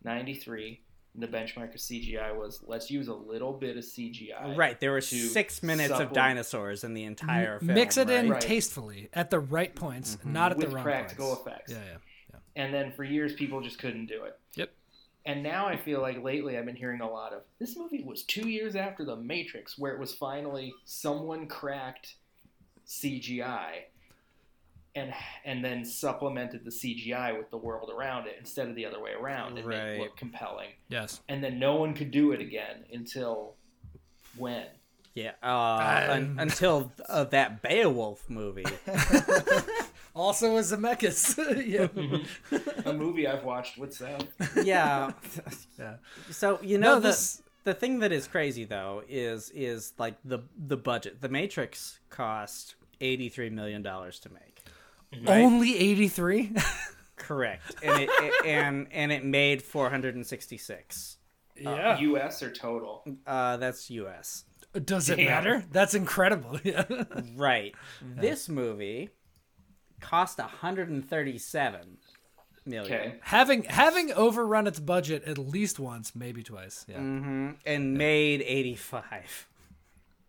Speaker 1: '93. and The benchmark of CGI was let's use a little bit of CGI.
Speaker 2: Uh, Right, there were
Speaker 1: to
Speaker 2: six minutes
Speaker 1: supplement-
Speaker 2: of dinosaurs in the entire film.
Speaker 3: Mix it in
Speaker 2: right? Mm-hmm.
Speaker 1: Right.
Speaker 3: tastefully at the right points, not at
Speaker 1: With
Speaker 3: the wrong
Speaker 1: practical
Speaker 3: points.
Speaker 1: effects.
Speaker 3: Yeah, yeah.
Speaker 1: And then for years, people just couldn't do it.
Speaker 3: Yep.
Speaker 1: And now I feel like lately I've been hearing a lot of this movie was two years after The Matrix, where it was finally someone cracked CGI and and then supplemented the CGI with the world around it instead of the other way around and made
Speaker 2: Right.
Speaker 1: it look compelling.
Speaker 3: Yes.
Speaker 1: And then no one could do it again until when?
Speaker 2: Yeah, uh, un-
Speaker 3: Um.
Speaker 2: until uh, that Beowulf movie.
Speaker 3: Also a Zemeckis. yeah.
Speaker 1: A movie I've watched, what's that?
Speaker 2: yeah.
Speaker 3: yeah.
Speaker 2: So you know
Speaker 3: No,
Speaker 2: the-
Speaker 3: this-
Speaker 2: the thing that is crazy though is is like the the budget. The Matrix cost eighty three million dollars to make.
Speaker 3: Only 83?
Speaker 2: Uh, Correct, and it, it and and it made four hundred and sixty six.
Speaker 3: yeah. Uh,
Speaker 1: US or total?
Speaker 2: Uh, that's U.S.
Speaker 3: Does it matter? That's incredible. Yeah.
Speaker 2: Right. This movie cost one hundred and thirty seven million,
Speaker 1: Okay.
Speaker 3: having having overrun its budget at least once, maybe twice. Yeah.
Speaker 2: and made eighty five.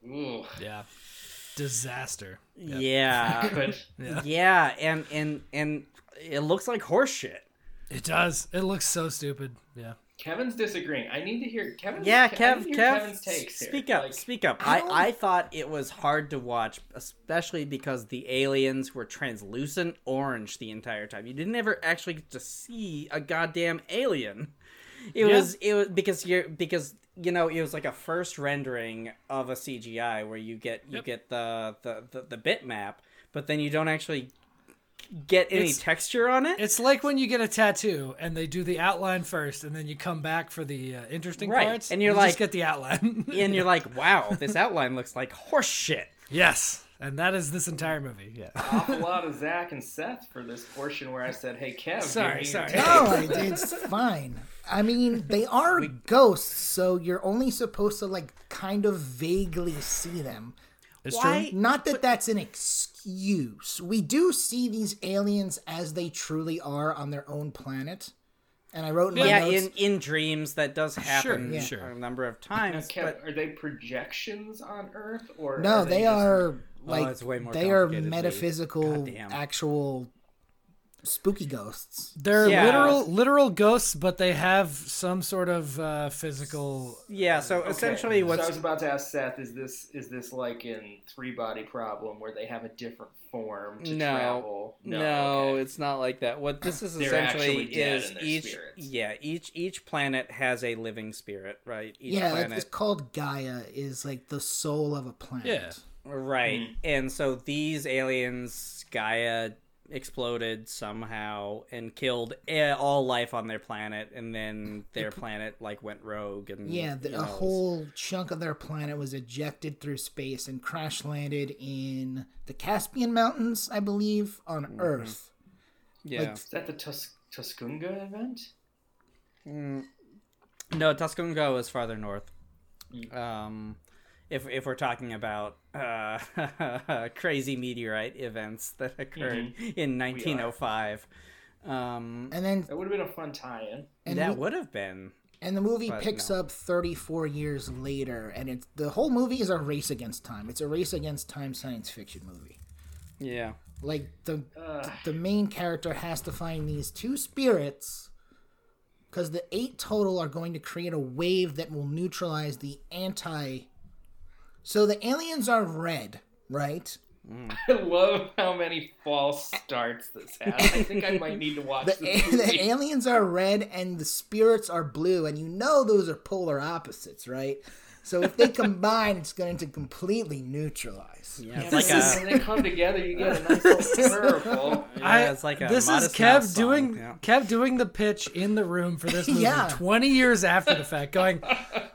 Speaker 1: Ooh.
Speaker 2: Mm.
Speaker 3: Yeah. Disaster.
Speaker 2: Yeah.
Speaker 1: But
Speaker 2: yeah and and and it looks like horseshit
Speaker 3: It does. It looks so stupid. Yeah.
Speaker 1: Kevin's disagreeing. I need to hear Kevin.
Speaker 2: Yeah,
Speaker 1: I need
Speaker 2: Kev,
Speaker 1: to hear
Speaker 2: Kev,
Speaker 1: Kevin's takes here.
Speaker 2: speak up,
Speaker 1: Like,
Speaker 2: speak up.
Speaker 6: I
Speaker 2: I,
Speaker 6: don't-
Speaker 2: I thought it was hard to watch, especially because the aliens were translucent orange the entire time. You didn't ever actually get to see a goddamn alien. It
Speaker 3: Yeah.
Speaker 2: was it was because you're because you know it was like a first rendering of a CGI where you get you
Speaker 3: Yep.
Speaker 2: get the the the, the bitmap, but then you don't actually get any
Speaker 3: It's-
Speaker 2: texture on it.
Speaker 3: It's like when you get a tattoo and they do the outline first, and then you come back for the uh, interesting
Speaker 2: Right,
Speaker 3: parts,
Speaker 2: and you're
Speaker 3: you
Speaker 2: like-
Speaker 3: just get the outline.
Speaker 2: And you're like, wow, this outline looks like horse shit.
Speaker 3: yes, and that is this entire movie. Yeah,
Speaker 1: awful lot of Zach and Seth for this portion where I said, "Hey, Kev." give
Speaker 3: Sorry,
Speaker 1: me your
Speaker 3: sorry.
Speaker 1: take."
Speaker 6: No, it- it's fine. I mean, they are ghosts, so you're only supposed to like kind of vaguely see them.
Speaker 3: it's
Speaker 2: Why-
Speaker 6: Not that that's an excuse. We do see these aliens as they truly are on their own planet. And I wrote in my
Speaker 2: yeah,
Speaker 6: notes,
Speaker 2: in in dreams that does happen
Speaker 3: yeah. Sure.
Speaker 2: a number of
Speaker 1: Now,
Speaker 2: times.
Speaker 1: Kev,
Speaker 2: But
Speaker 1: are they projections on Earth or?
Speaker 6: no, they
Speaker 1: just-
Speaker 6: are like
Speaker 2: it's Oh, way more
Speaker 6: they are
Speaker 2: complicated, Lee.
Speaker 6: metaphysical,
Speaker 2: Goddamn.
Speaker 6: actual spooky ghosts.
Speaker 3: They're
Speaker 2: Yeah.
Speaker 3: literal literal ghosts, but they have some sort of uh, physical.
Speaker 2: yeah, so
Speaker 1: Okay,
Speaker 2: essentially
Speaker 1: so I was
Speaker 2: what's
Speaker 1: about to ask Seth: Is this is this like in Three Body Problem where they have a different form to
Speaker 2: No.
Speaker 1: travel?
Speaker 2: no,
Speaker 1: okay.
Speaker 2: it's not like that. What this is
Speaker 1: They're
Speaker 2: essentially
Speaker 1: actually dead
Speaker 2: is
Speaker 1: and they're
Speaker 2: each
Speaker 1: spirits.
Speaker 2: yeah each each planet has a living spirit, right? Each
Speaker 6: yeah, it's-
Speaker 2: planet
Speaker 6: it's called Gaia is like the soul of a planet.
Speaker 3: Yeah.
Speaker 2: Right.
Speaker 1: Mm-hmm.
Speaker 2: And so these aliens, Gaia exploded somehow and killed eh, all life on their planet and then their planet like went rogue and
Speaker 6: Yeah, the,
Speaker 2: you
Speaker 6: a
Speaker 2: know,
Speaker 6: whole chunk of their planet was ejected through space and crash landed in the Caspian Mountains, I believe, on Earth.
Speaker 2: Mm-hmm. yeah.
Speaker 6: like-
Speaker 1: Is that the Tus- Tuscunga event?
Speaker 2: No, Tuscungo is farther north. Um, if if we're talking about uh, crazy meteorite events that occurred in 1905, um,
Speaker 6: And then
Speaker 1: That would have been a fun tie-in.
Speaker 6: and,
Speaker 2: that
Speaker 6: we-
Speaker 2: would have been
Speaker 6: and the movie picks up 34 years later and it's the whole movie is a race against time. It's a race against time science fiction movie.
Speaker 2: yeah.
Speaker 6: Like the
Speaker 1: Uh,
Speaker 6: the main character has to find these two spirits because the eight total are going to create a wave that will neutralize the anti so the aliens are red right
Speaker 1: I love how many false starts this has. I think I might need to watch
Speaker 6: the,
Speaker 1: this
Speaker 6: a-
Speaker 1: movie.
Speaker 6: the aliens are red and the spirits are blue and you know those are polar opposites right so if they combine it's going to completely neutralize
Speaker 2: Yeah, it's
Speaker 1: Like
Speaker 2: like a,
Speaker 1: when they come together, you get a nice little circle.
Speaker 2: yeah, it's like a
Speaker 3: this is
Speaker 2: Modest
Speaker 3: Kev
Speaker 2: Mouse song,
Speaker 3: doing
Speaker 2: yeah.
Speaker 3: Kev doing the pitch in the room for this movie
Speaker 6: Yeah.
Speaker 3: 20 years after the fact going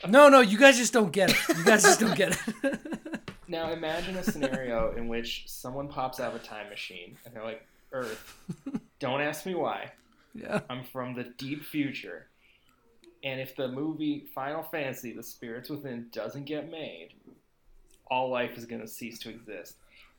Speaker 3: no no you guys just don't get it you guys just don't get it
Speaker 1: Now imagine a scenario in which someone pops out of a time machine and they're like, "Earth, don't ask me why.
Speaker 3: yeah
Speaker 1: I'm from the deep future." And if the movie Final Fantasy: The Spirits Within doesn't get made, all life is going to cease to exist.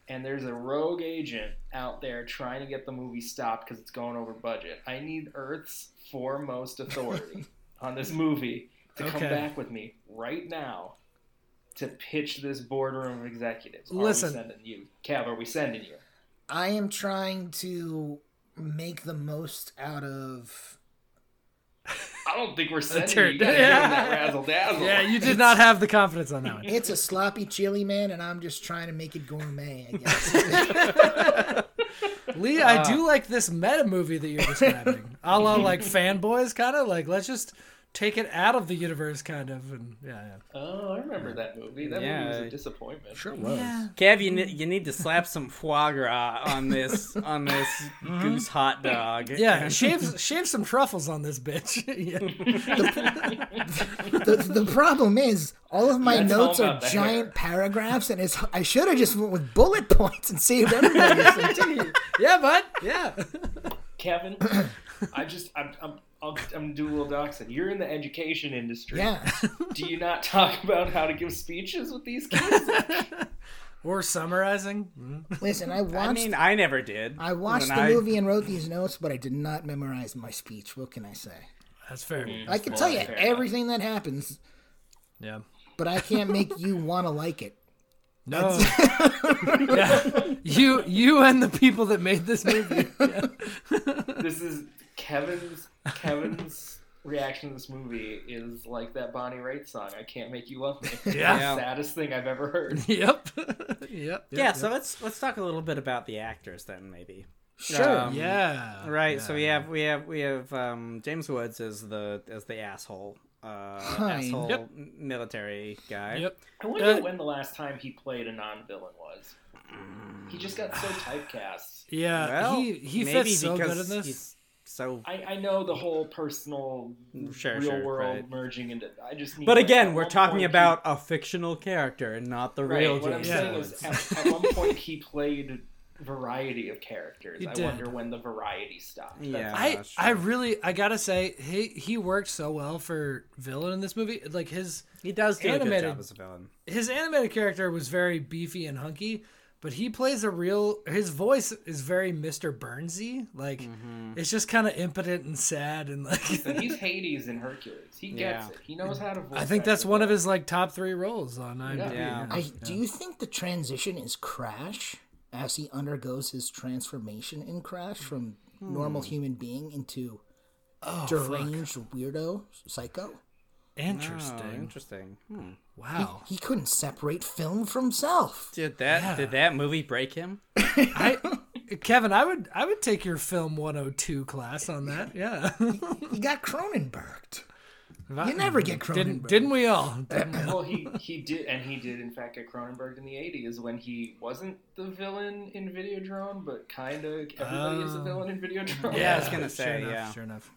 Speaker 1: And there's a rogue agent out there trying to get the movie stopped because it's going over budget. I need Earth's foremost authority on this movie to come
Speaker 3: Okay.
Speaker 1: back with me right now to pitch this boardroom of executives. Are
Speaker 3: Listen.
Speaker 1: we sending you, Kev? Are we sending you?
Speaker 6: I am trying to make the most out of
Speaker 1: I don't think we're sending
Speaker 3: turn-
Speaker 1: you. You gotta give them that razzle dazzle.
Speaker 3: yeah you did not have the confidence on that one
Speaker 6: it's a sloppy chili man and i'm just trying to make it gourmet i guess
Speaker 3: Lee I do like this meta movie that you're describing a la like fanboys kind of like let's just take it out of the universe kind of and yeah, yeah.
Speaker 1: Oh, I remember that movie. That movie
Speaker 2: Yeah.
Speaker 1: was a disappointment.
Speaker 6: sure was
Speaker 2: Kev, you,
Speaker 6: Mm.
Speaker 2: ne- you need to slap some foie gras on this on this goose hot dog.
Speaker 3: Yeah, shave shave some truffles on this bitch. yeah.
Speaker 6: the, the problem is all of my
Speaker 1: That's all
Speaker 6: notes are
Speaker 1: about the
Speaker 6: giant paragraphs and it's i should have just went with bullet points and saved everybody some time.
Speaker 3: yeah, bud. Yeah.
Speaker 1: Kevin, I just I'm I'm I'll, I'm do a little doxing. You're in the education industry.
Speaker 6: yeah
Speaker 1: Do you not talk about how to give speeches with these kids?
Speaker 3: Or summarizing.
Speaker 6: listen i watched
Speaker 2: I
Speaker 6: I,
Speaker 2: mean, I never did.
Speaker 6: watched
Speaker 2: When
Speaker 6: the
Speaker 2: I-
Speaker 6: movie and wrote these notes but i did not memorize my speech what can i say
Speaker 3: That's
Speaker 2: Hmm.
Speaker 3: fair.
Speaker 6: i can tell you
Speaker 1: fair enough.
Speaker 6: everything that happens
Speaker 3: Yeah.
Speaker 6: but i can't make you want to like it
Speaker 3: No. Yeah. You you and the people that made this movie.
Speaker 1: this is Kevin's Kevin's reaction to this movie is like that Bonnie Raitt song, "I Can't Make You Love Me."
Speaker 3: Yeah.
Speaker 1: The saddest thing I've ever heard.
Speaker 3: Yep. yep. Yep.
Speaker 2: yeah, so let's let's talk a little bit about the actors then, maybe.
Speaker 6: Sure.
Speaker 2: Um,
Speaker 3: yeah.
Speaker 2: Right. So we have we have we have um, James Woods as the as the asshole uh,
Speaker 6: Fine.
Speaker 2: asshole
Speaker 3: Yep.
Speaker 2: m- military guy.
Speaker 3: Yep.
Speaker 1: I wonder
Speaker 3: Uh,
Speaker 1: when the last time he played a non-villain was. He just got so
Speaker 2: Mm.
Speaker 1: typecast.
Speaker 3: Yeah.
Speaker 2: Well,
Speaker 3: he he
Speaker 2: maybe
Speaker 3: fits so good in
Speaker 2: because
Speaker 3: this.
Speaker 2: he's so.
Speaker 1: I, I know the whole personal,
Speaker 2: Sure,
Speaker 1: real
Speaker 2: sure,
Speaker 1: world
Speaker 2: right.
Speaker 1: merging into. I just. Mean,
Speaker 2: But
Speaker 1: like,
Speaker 2: again,
Speaker 1: at
Speaker 2: we're
Speaker 1: one
Speaker 2: talking
Speaker 1: point
Speaker 2: about a fictional character and not the
Speaker 1: He, right,
Speaker 2: real
Speaker 1: what I'm
Speaker 2: James
Speaker 1: saying
Speaker 2: Woods.
Speaker 1: is, at, at one point he played variety of characters.
Speaker 3: He
Speaker 1: I
Speaker 3: did.
Speaker 1: wonder when the variety stopped. That's-
Speaker 2: Yeah.
Speaker 3: I
Speaker 2: sure.
Speaker 3: I really I gotta say he he worked so well for villain in this movie. Like his
Speaker 2: he does do a
Speaker 3: animated-
Speaker 2: good job as a villain.
Speaker 3: his animated character was very beefy and hunky, but he plays a real. His voice is very Mr. Burnsy. Like
Speaker 2: Mm-hmm.
Speaker 3: it's just kind of impotent and sad and like.
Speaker 1: But he's Hades in Hercules. He gets
Speaker 2: Yeah.
Speaker 1: it. He knows how to. Voice
Speaker 3: I think that's
Speaker 1: actor
Speaker 3: one
Speaker 1: well.
Speaker 3: of his like top three roles on IMDb.
Speaker 2: Yeah.
Speaker 6: I do you think the transition is Crash as he undergoes his transformation in Crash from normal human being into
Speaker 3: Oh, fuck.
Speaker 6: deranged weirdo psycho?
Speaker 2: Oh,
Speaker 3: interesting.
Speaker 2: interesting. Hmm.
Speaker 3: Wow.
Speaker 6: He couldn't separate film from self.
Speaker 2: Did that did that movie break him?
Speaker 3: I, Kevin, I would I would take your film 102 class on that. Yeah.
Speaker 6: He got Cronenberged. You never get Cronenberg.
Speaker 3: didn't didn't we all? Didn't we all?
Speaker 1: Well, he he did, and he did in fact get Cronenberg in the '80s when he wasn't the villain in Videodrome, but kind of everybody is a villain in Videodrome.
Speaker 2: I was gonna
Speaker 3: Sure
Speaker 2: say
Speaker 3: enough,
Speaker 2: yeah.
Speaker 3: Sure enough.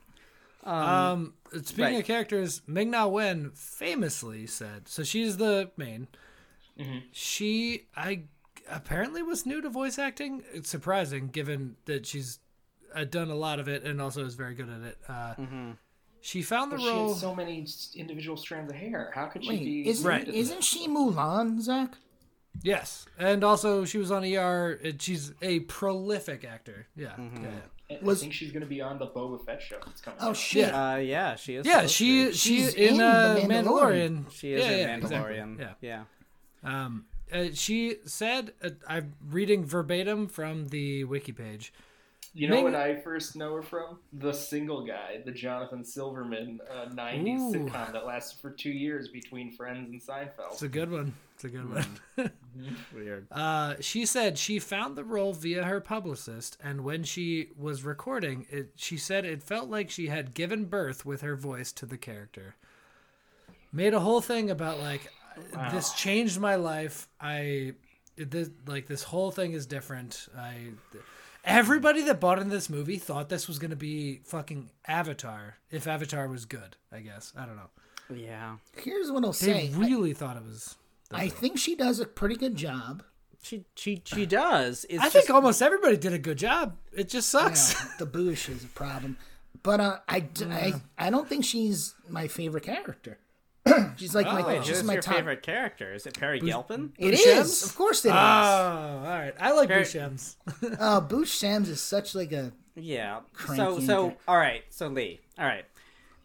Speaker 3: Um, speaking
Speaker 2: right.
Speaker 3: of characters, Ming Na Wen famously said, so she's the main.
Speaker 1: Mm-hmm.
Speaker 3: She, I apparently was new to voice acting. It's surprising given that she's uh, done a lot of it and also is very good at it. Uh,
Speaker 2: Mm-hmm.
Speaker 3: She found the
Speaker 1: She had
Speaker 3: role.
Speaker 1: so many s- individual strands of hair. How could she
Speaker 6: Wait,
Speaker 1: be?
Speaker 6: isn't
Speaker 3: Right.
Speaker 6: isn't she Mulan, Zach?
Speaker 3: Yes, and also she was on ER. And she's a prolific actor. Yeah,
Speaker 2: Mm-hmm.
Speaker 3: yeah,
Speaker 1: I
Speaker 6: was-
Speaker 1: think she's going to be on the Boba Fett show that's coming.
Speaker 6: Oh
Speaker 1: out.
Speaker 6: shit!
Speaker 2: Uh, yeah, she is.
Speaker 3: yeah.
Speaker 2: supposed
Speaker 3: She
Speaker 2: to.
Speaker 3: she's
Speaker 6: She's
Speaker 3: in,
Speaker 6: in
Speaker 3: uh,
Speaker 6: The
Speaker 3: Mandalorian.
Speaker 6: Mandalorian.
Speaker 2: she is
Speaker 3: yeah,
Speaker 2: in
Speaker 3: yeah, exactly.
Speaker 2: Mandalorian. Yeah.
Speaker 3: Yeah. Um, uh, she said, uh, "I'm reading verbatim from the wiki page."
Speaker 1: you know
Speaker 3: Ming-
Speaker 1: what I first know her from? The Single Guy, the Jonathan Silverman uh, '90s
Speaker 3: Ooh.
Speaker 1: sitcom that lasted for two years between Friends and Seinfeld.
Speaker 3: It's a good one. It's a good one.
Speaker 2: Weird.
Speaker 3: uh, she said she found the role via her publicist, and when she was recording, it she said it felt like she had given birth with her voice to the character. Made a whole thing about like this changed my life. I this like this whole thing is different. I everybody that bought in this movie thought this was gonna be fucking Avatar if Avatar was good. I guess I don't know.
Speaker 2: Yeah.
Speaker 6: Here's what I'll
Speaker 3: They
Speaker 6: say.
Speaker 3: really thought it was.
Speaker 6: I, I think she does a pretty good job.
Speaker 2: She she she does. It's
Speaker 3: I
Speaker 2: just-
Speaker 3: think almost everybody did a good job. It just sucks.
Speaker 6: Yeah, the boosh is a problem. But uh, I, d- I, I don't think she's my favorite character. she's like my,
Speaker 2: Wait,
Speaker 6: she's
Speaker 2: who's Oh,
Speaker 6: my
Speaker 2: your
Speaker 6: top.
Speaker 2: favorite character? Is it Perry Gilpin?
Speaker 6: It
Speaker 3: Boosh
Speaker 6: is,
Speaker 3: Shams?
Speaker 6: of course it is.
Speaker 2: Ah.
Speaker 3: Oh, all right. I like
Speaker 2: Very-
Speaker 3: Bushems.
Speaker 6: Uh, Boosh Shams is such like a.
Speaker 2: Yeah. So
Speaker 6: Cranky
Speaker 2: so
Speaker 6: guy.
Speaker 2: all right. So Lee. All right.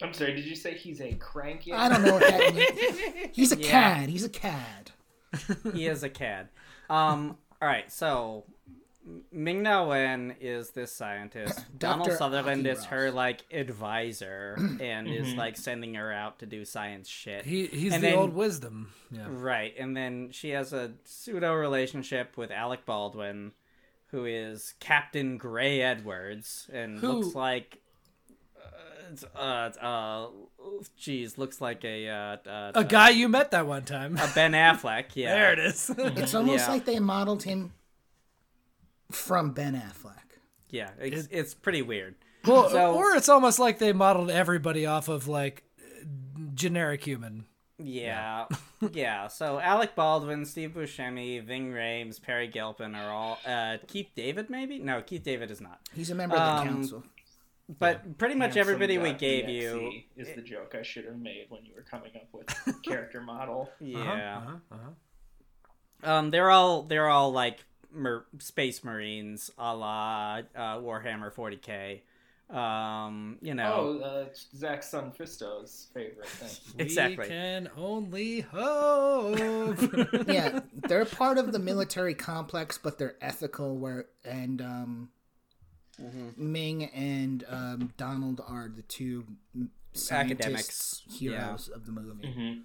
Speaker 1: I'm sorry, did you say he's a cranky?
Speaker 6: I don't know what that means. He's a cad. He's a cad.
Speaker 2: He is a cad. Um. All right. So. Ming Na Wen is this scientist. Donald
Speaker 6: Dr.
Speaker 2: Sutherland is
Speaker 6: Akinross.
Speaker 2: her like advisor and is like sending her out to do science shit.
Speaker 3: He he's
Speaker 2: And
Speaker 3: the
Speaker 2: then-
Speaker 3: old wisdom. Yeah.
Speaker 2: Right, and then she has a pseudo relationship with Alec Baldwin, who is Captain Gray Edwards, and
Speaker 3: Who-
Speaker 2: looks like, uh, it's, uh, it's, uh, geez, looks like a uh, uh,
Speaker 3: A guy you met that one time.
Speaker 2: Ben Affleck. Yeah,
Speaker 3: there it is.
Speaker 6: It's almost
Speaker 2: Yeah.
Speaker 6: like they modeled him from Ben Affleck.
Speaker 2: Yeah, it's, it's pretty weird.
Speaker 3: well,
Speaker 2: So-
Speaker 3: or it's almost like they modeled everybody off of like generic human.
Speaker 2: Yeah, yeah. So Alec Baldwin, Steve Buscemi, Ving Rhames, Perry Gilpin are all uh, Keith David maybe? No, Keith David is not.
Speaker 6: He's a member of
Speaker 2: Um,
Speaker 6: the council.
Speaker 2: But pretty much
Speaker 1: Handsome
Speaker 2: everybody we
Speaker 1: Guy
Speaker 2: gave
Speaker 1: DXE
Speaker 2: you.
Speaker 1: is the joke I should have made when you were coming up with character model.
Speaker 2: Yeah.
Speaker 3: Uh-huh, uh-huh.
Speaker 2: Um, they're all they're all like mer- space marines, a la uh, Warhammer 40k. Um, you know,
Speaker 1: Oh, uh, Zach Sunfisto's favorite thing.
Speaker 2: Exactly.
Speaker 3: We can only hope.
Speaker 6: yeah, they're part of the military complex, but they're ethical. Where and
Speaker 2: Mm-hmm.
Speaker 6: um, Ming and um, Donald are the two scientists
Speaker 2: Academics,
Speaker 6: heroes of the movie.
Speaker 1: Mm-hmm.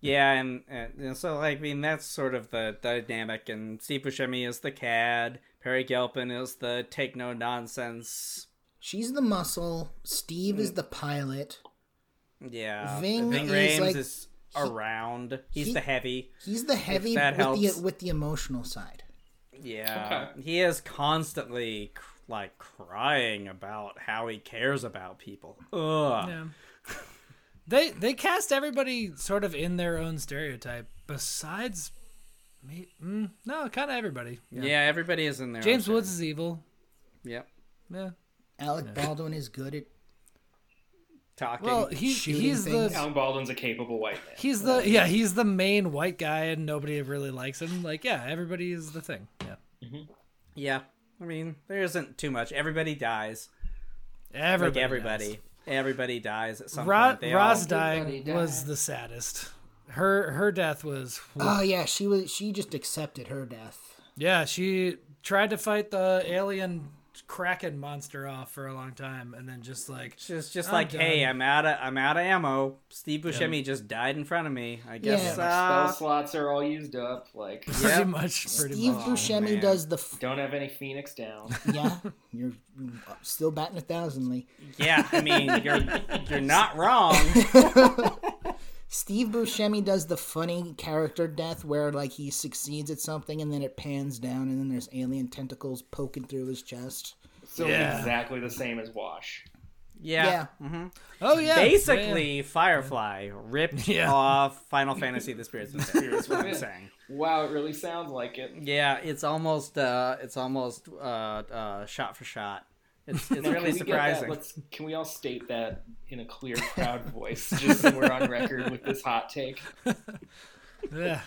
Speaker 2: Yeah, and, uh, and you know, so like I mean that's sort of the dynamic. And Steve Buscemi is the cad. Perry Gilpin is the take no nonsense.
Speaker 6: She's the muscle. Steve
Speaker 2: Mm.
Speaker 6: is the pilot.
Speaker 2: Yeah,
Speaker 6: Ving
Speaker 2: Ving
Speaker 6: is,
Speaker 2: Rhames
Speaker 6: like,
Speaker 2: is around. He's
Speaker 6: he-
Speaker 2: the heavy.
Speaker 6: He's the heavy
Speaker 2: that
Speaker 6: with
Speaker 2: helps.
Speaker 6: the, with the emotional side.
Speaker 2: Yeah, he is constantly cr- like crying about how he cares about people. Ugh.
Speaker 3: Yeah. They they cast everybody sort of in their own stereotype. Besides, me, mm, no, kind of everybody.
Speaker 2: Yeah. everybody is in there.
Speaker 3: James Woods is evil.
Speaker 2: Yep.
Speaker 3: Yeah.
Speaker 6: Alec Baldwin is good at
Speaker 2: Talking.
Speaker 3: Well, he,
Speaker 6: shooting
Speaker 3: he's
Speaker 6: things.
Speaker 3: the
Speaker 1: Alan Baldwin's a capable white man.
Speaker 3: he's the yeah he's the main white guy, and nobody really likes him. Like yeah, everybody is the thing. Yeah.
Speaker 2: yeah. I mean, there isn't too much. Everybody dies.
Speaker 3: Everybody.
Speaker 2: like
Speaker 3: does.
Speaker 2: everybody. Everybody dies at some
Speaker 3: Ra-
Speaker 2: point. They all-
Speaker 3: Ra's dying was the saddest. Her her death was
Speaker 6: Oh yeah, she was. She just accepted her death.
Speaker 3: yeah. She tried to fight the alien kraken monster off for a long time, and then just like
Speaker 2: Just, just
Speaker 3: I'm
Speaker 2: like, hey,
Speaker 3: done.
Speaker 2: I'm out of, I'm out of ammo. Steve Buscemi just died in front of me. I guess.
Speaker 6: Yeah.
Speaker 2: uh,
Speaker 1: Spell slots are all used up. Like,
Speaker 3: pretty much pretty
Speaker 6: Steve
Speaker 3: much.
Speaker 6: Buscemi
Speaker 2: Oh, man.
Speaker 6: does the. F-
Speaker 1: don't have any Phoenix down.
Speaker 6: yeah, you're still batting a thousand, Lee.
Speaker 2: yeah, I mean, you're, you're not wrong.
Speaker 6: Steve Buscemi does the funny character death where like he succeeds at something and then it pans down and then there's alien tentacles poking through his chest.
Speaker 1: So
Speaker 3: Yeah.
Speaker 1: exactly the same as Wash.
Speaker 2: Yeah. Mm-hmm.
Speaker 3: Oh yeah,
Speaker 2: Basically, Firefly ripped
Speaker 3: Yeah.
Speaker 2: off Final Fantasy: The Spirits Within. That's what I'm
Speaker 1: Within.
Speaker 2: saying.
Speaker 1: Wow, it really sounds like it.
Speaker 2: Yeah, it's almost, uh, it's almost uh, uh, shot for shot. It's, it's
Speaker 1: Now, can
Speaker 2: really
Speaker 1: we get that-
Speaker 2: surprising.
Speaker 1: let's, can we all state that in a clear, proud voice, just so we're on record with this hot take?
Speaker 3: yeah.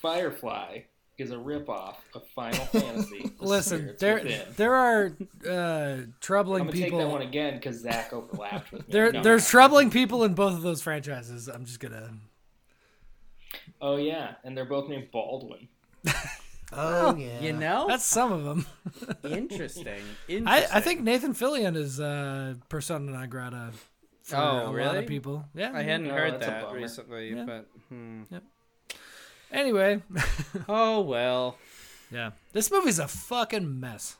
Speaker 1: Firefly is a ripoff of Final Fantasy. The
Speaker 3: Listen,
Speaker 1: Spirits
Speaker 3: there
Speaker 1: Within.
Speaker 3: there are uh, troubling
Speaker 1: I'm gonna
Speaker 3: people.
Speaker 1: take that one again because Zach overlapped with me.
Speaker 3: There,
Speaker 1: No,
Speaker 3: there's
Speaker 1: no.
Speaker 3: troubling people in both of those franchises. I'm just gonna.
Speaker 1: Oh yeah, and they're both named Baldwin.
Speaker 6: Oh yeah.
Speaker 2: You know,
Speaker 3: That's some of them.
Speaker 2: interesting. Interesting.
Speaker 3: I, I think Nathan Fillion is uh, persona non grata for
Speaker 2: Oh,
Speaker 3: a lot
Speaker 2: really?
Speaker 3: of people. Yeah.
Speaker 2: I hadn't
Speaker 1: Oh,
Speaker 2: heard
Speaker 1: that's a
Speaker 2: that
Speaker 1: bummer.
Speaker 2: recently,
Speaker 3: Yeah.
Speaker 2: but hmm.
Speaker 3: Anyway,
Speaker 2: oh well.
Speaker 3: yeah, this movie's a fucking mess.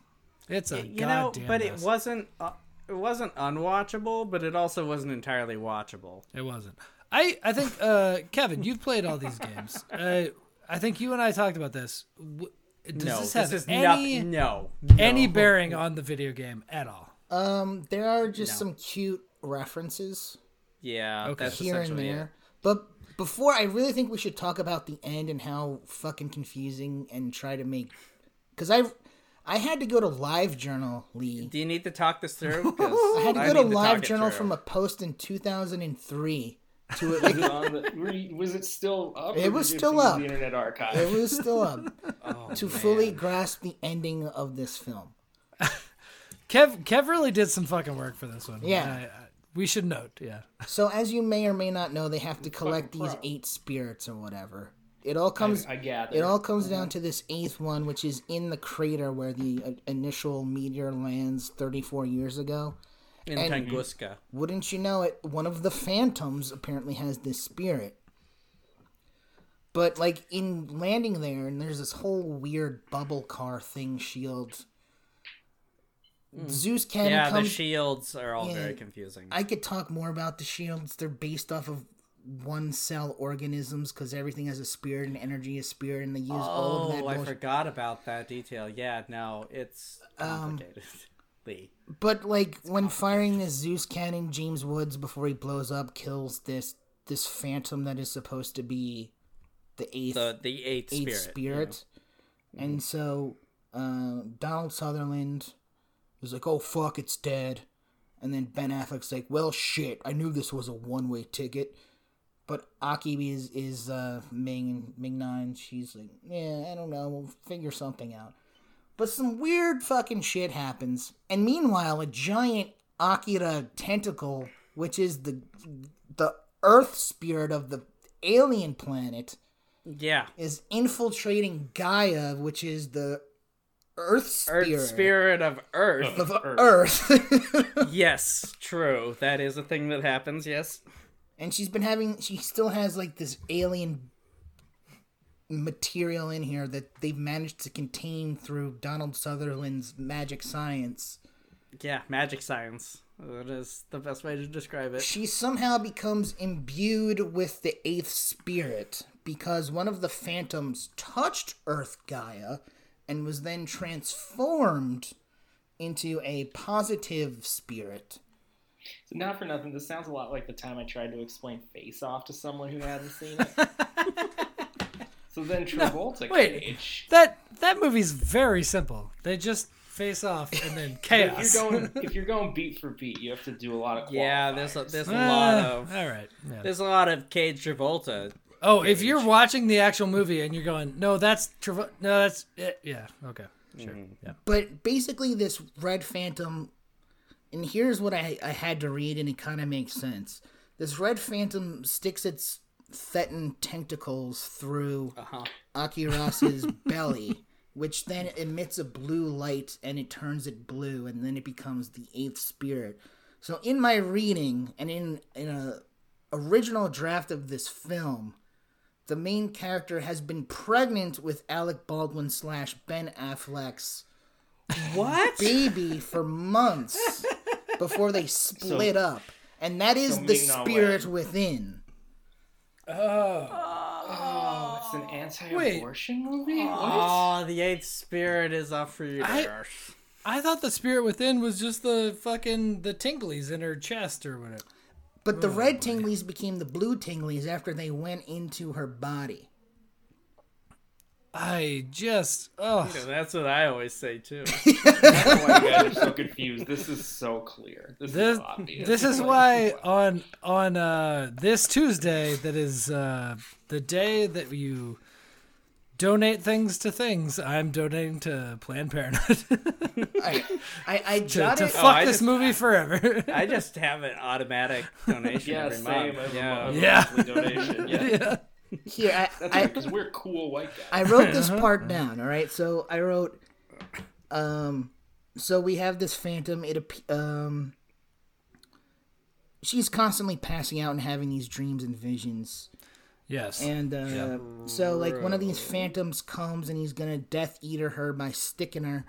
Speaker 3: It's a
Speaker 2: you know,
Speaker 3: goddamn
Speaker 2: but
Speaker 3: mess.
Speaker 2: it wasn't. Uh, it wasn't unwatchable, but it also wasn't entirely watchable.
Speaker 3: It wasn't. I I think uh, Kevin, you've played all these games. Uh, I think you and I talked about this. W- Does
Speaker 2: no,
Speaker 3: this have
Speaker 2: is
Speaker 3: any
Speaker 2: nothing. No,
Speaker 3: any
Speaker 2: no.
Speaker 3: bearing on the video game at all?
Speaker 6: Um, there are just some cute references
Speaker 2: Yeah,
Speaker 3: Okay.
Speaker 2: that's
Speaker 6: here and
Speaker 2: essentially it.
Speaker 6: there, but before I really think we should talk about the end and how fucking confusing and try to make because I I had to go to Live Journal, Lee.
Speaker 2: Do you need to talk this through? 'Cause
Speaker 6: I had to
Speaker 2: need
Speaker 6: go to
Speaker 2: talk
Speaker 6: Live
Speaker 2: it
Speaker 6: Journal
Speaker 2: through.
Speaker 6: from a post in 2003 to
Speaker 1: Was
Speaker 6: it.
Speaker 1: it, on the, were you- was it still up?
Speaker 6: It
Speaker 1: or
Speaker 6: was
Speaker 1: did you
Speaker 6: still
Speaker 1: use
Speaker 6: up.
Speaker 1: The Internet Archive.
Speaker 6: it was still up to fully grasp the ending of this film.
Speaker 3: Kev Kev really did some fucking work for this one.
Speaker 6: Yeah.
Speaker 3: I, I, we should note. Yeah,
Speaker 6: So, as you may or may not know, they have to collect these eight spirits or whatever. It all comes.
Speaker 1: I gather.
Speaker 6: It all comes
Speaker 2: Mm-hmm.
Speaker 6: down to this eighth one, which is in the crater where the uh, initial meteor lands 34 years ago.
Speaker 2: in Tunguska.
Speaker 6: Wouldn't you know it? One of the phantoms apparently has this spirit. But like in landing there, and there's this whole weird bubble car thing shield. Zeus cannon
Speaker 2: Hmm. Yeah, the
Speaker 6: comes.
Speaker 2: shields are all
Speaker 6: Yeah.
Speaker 2: very confusing.
Speaker 6: I could talk more about the shields. They're based off of one cell organisms because everything has a spirit and energy is spirit, and they use all of that.
Speaker 2: oh, I
Speaker 6: bullshit.
Speaker 2: forgot about that detail. Yeah, no, it's
Speaker 6: Um,
Speaker 2: complicated. Lee.
Speaker 6: But like when firing this Zeus cannon, James Woods before he blows up kills this this phantom that is supposed to be the eighth
Speaker 2: the the eighth, spirit.
Speaker 6: eighth spirit. And so uh, Donald Sutherland was like, "Oh fuck, it's dead," and then Ben Affleck's like, "Well shit, I knew this was a one way ticket." But Aki is is uh, Ming Ming Nine. She's like, "Yeah, I don't know. We'll figure something out." But some weird fucking shit happens, and meanwhile, a giant Akira tentacle, which is the the Earth spirit of the alien planet,
Speaker 2: Yeah.
Speaker 6: is infiltrating Gaia, which is the Earth
Speaker 2: Earth,
Speaker 6: spirit,
Speaker 2: spirit of Earth.
Speaker 6: of
Speaker 1: Earth.
Speaker 6: Earth.
Speaker 2: yes, true. That is a thing that happens. Yes.
Speaker 6: and she's been having. She still has like this alien material in here that they've managed to contain through Donald Sutherland's magic science.
Speaker 2: Yeah, magic science. That is the best way to describe it.
Speaker 6: She somehow becomes imbued with the eighth spirit because one of the phantoms touched Earth Gaia and was then transformed into a positive spirit.
Speaker 1: So not for nothing, this sounds a lot like the time I tried to explain Face Off to someone who hadn't seen it. so then Travolta
Speaker 3: wait.
Speaker 1: cage.
Speaker 3: That that movie's very simple. They just face off and then
Speaker 1: If
Speaker 3: chaos.
Speaker 1: you're going if you're going beat for beat, you have to do a lot of
Speaker 2: Yeah,
Speaker 1: qualifiers.
Speaker 2: there's a, there's a
Speaker 3: Ah,
Speaker 2: lot of
Speaker 3: all right. yeah.
Speaker 2: there's a lot of Cage Travolta.
Speaker 3: Oh, if you're watching the actual movie and you're going, no, that's Trav- no, that's eh, yeah, okay, sure, yeah.
Speaker 6: But basically, this red phantom, and here's what I, I had to read, and it kind of makes sense. This red phantom sticks its thetan tentacles through Akirasa's belly, which then emits a blue light and it turns it blue, and then it becomes the eighth spirit. So, in my reading and in in a original draft of this film, the main character has been pregnant with Alec Baldwin slash Ben Affleck's
Speaker 2: What?
Speaker 6: baby for months before they split up. And that is
Speaker 1: so
Speaker 6: the
Speaker 1: Ming-Na Wen.
Speaker 6: spirit within.
Speaker 1: Oh, it's an anti-abortion movie. What?
Speaker 2: Oh, the eighth spirit is up for you.
Speaker 3: I- I thought the spirit within was just the fucking the tinglies in her chest or whatever.
Speaker 6: But the red tinglies became the blue tinglies after they went into her body.
Speaker 3: I just oh
Speaker 2: That's what I always say too.
Speaker 1: That's why you guys are so confused. This is so clear. This,
Speaker 3: this
Speaker 1: is obvious.
Speaker 3: this is why on on uh this Tuesday that is uh the day that you donate things to things. I'm donating to Planned Parenthood
Speaker 6: I, I, I
Speaker 3: to,
Speaker 6: jotted.
Speaker 3: to
Speaker 2: Oh,
Speaker 3: fuck
Speaker 2: I
Speaker 3: this
Speaker 2: just-
Speaker 3: movie forever.
Speaker 2: I just have an automatic donation
Speaker 1: Yeah,
Speaker 2: every
Speaker 1: same.
Speaker 2: month.
Speaker 1: Every
Speaker 2: yeah.
Speaker 1: month,
Speaker 3: Yeah.
Speaker 1: monthly donation. Yeah.
Speaker 6: Here, I,
Speaker 1: That's
Speaker 6: I,
Speaker 1: because we're cool white guys.
Speaker 6: I wrote this
Speaker 3: Uh-huh.
Speaker 6: part down. All right, so I wrote, um, so we have this phantom. It ap- um, she's constantly passing out and having these dreams and visions,
Speaker 3: yes.
Speaker 6: and uh, so like one of these phantoms comes and he's gonna death eater her by sticking her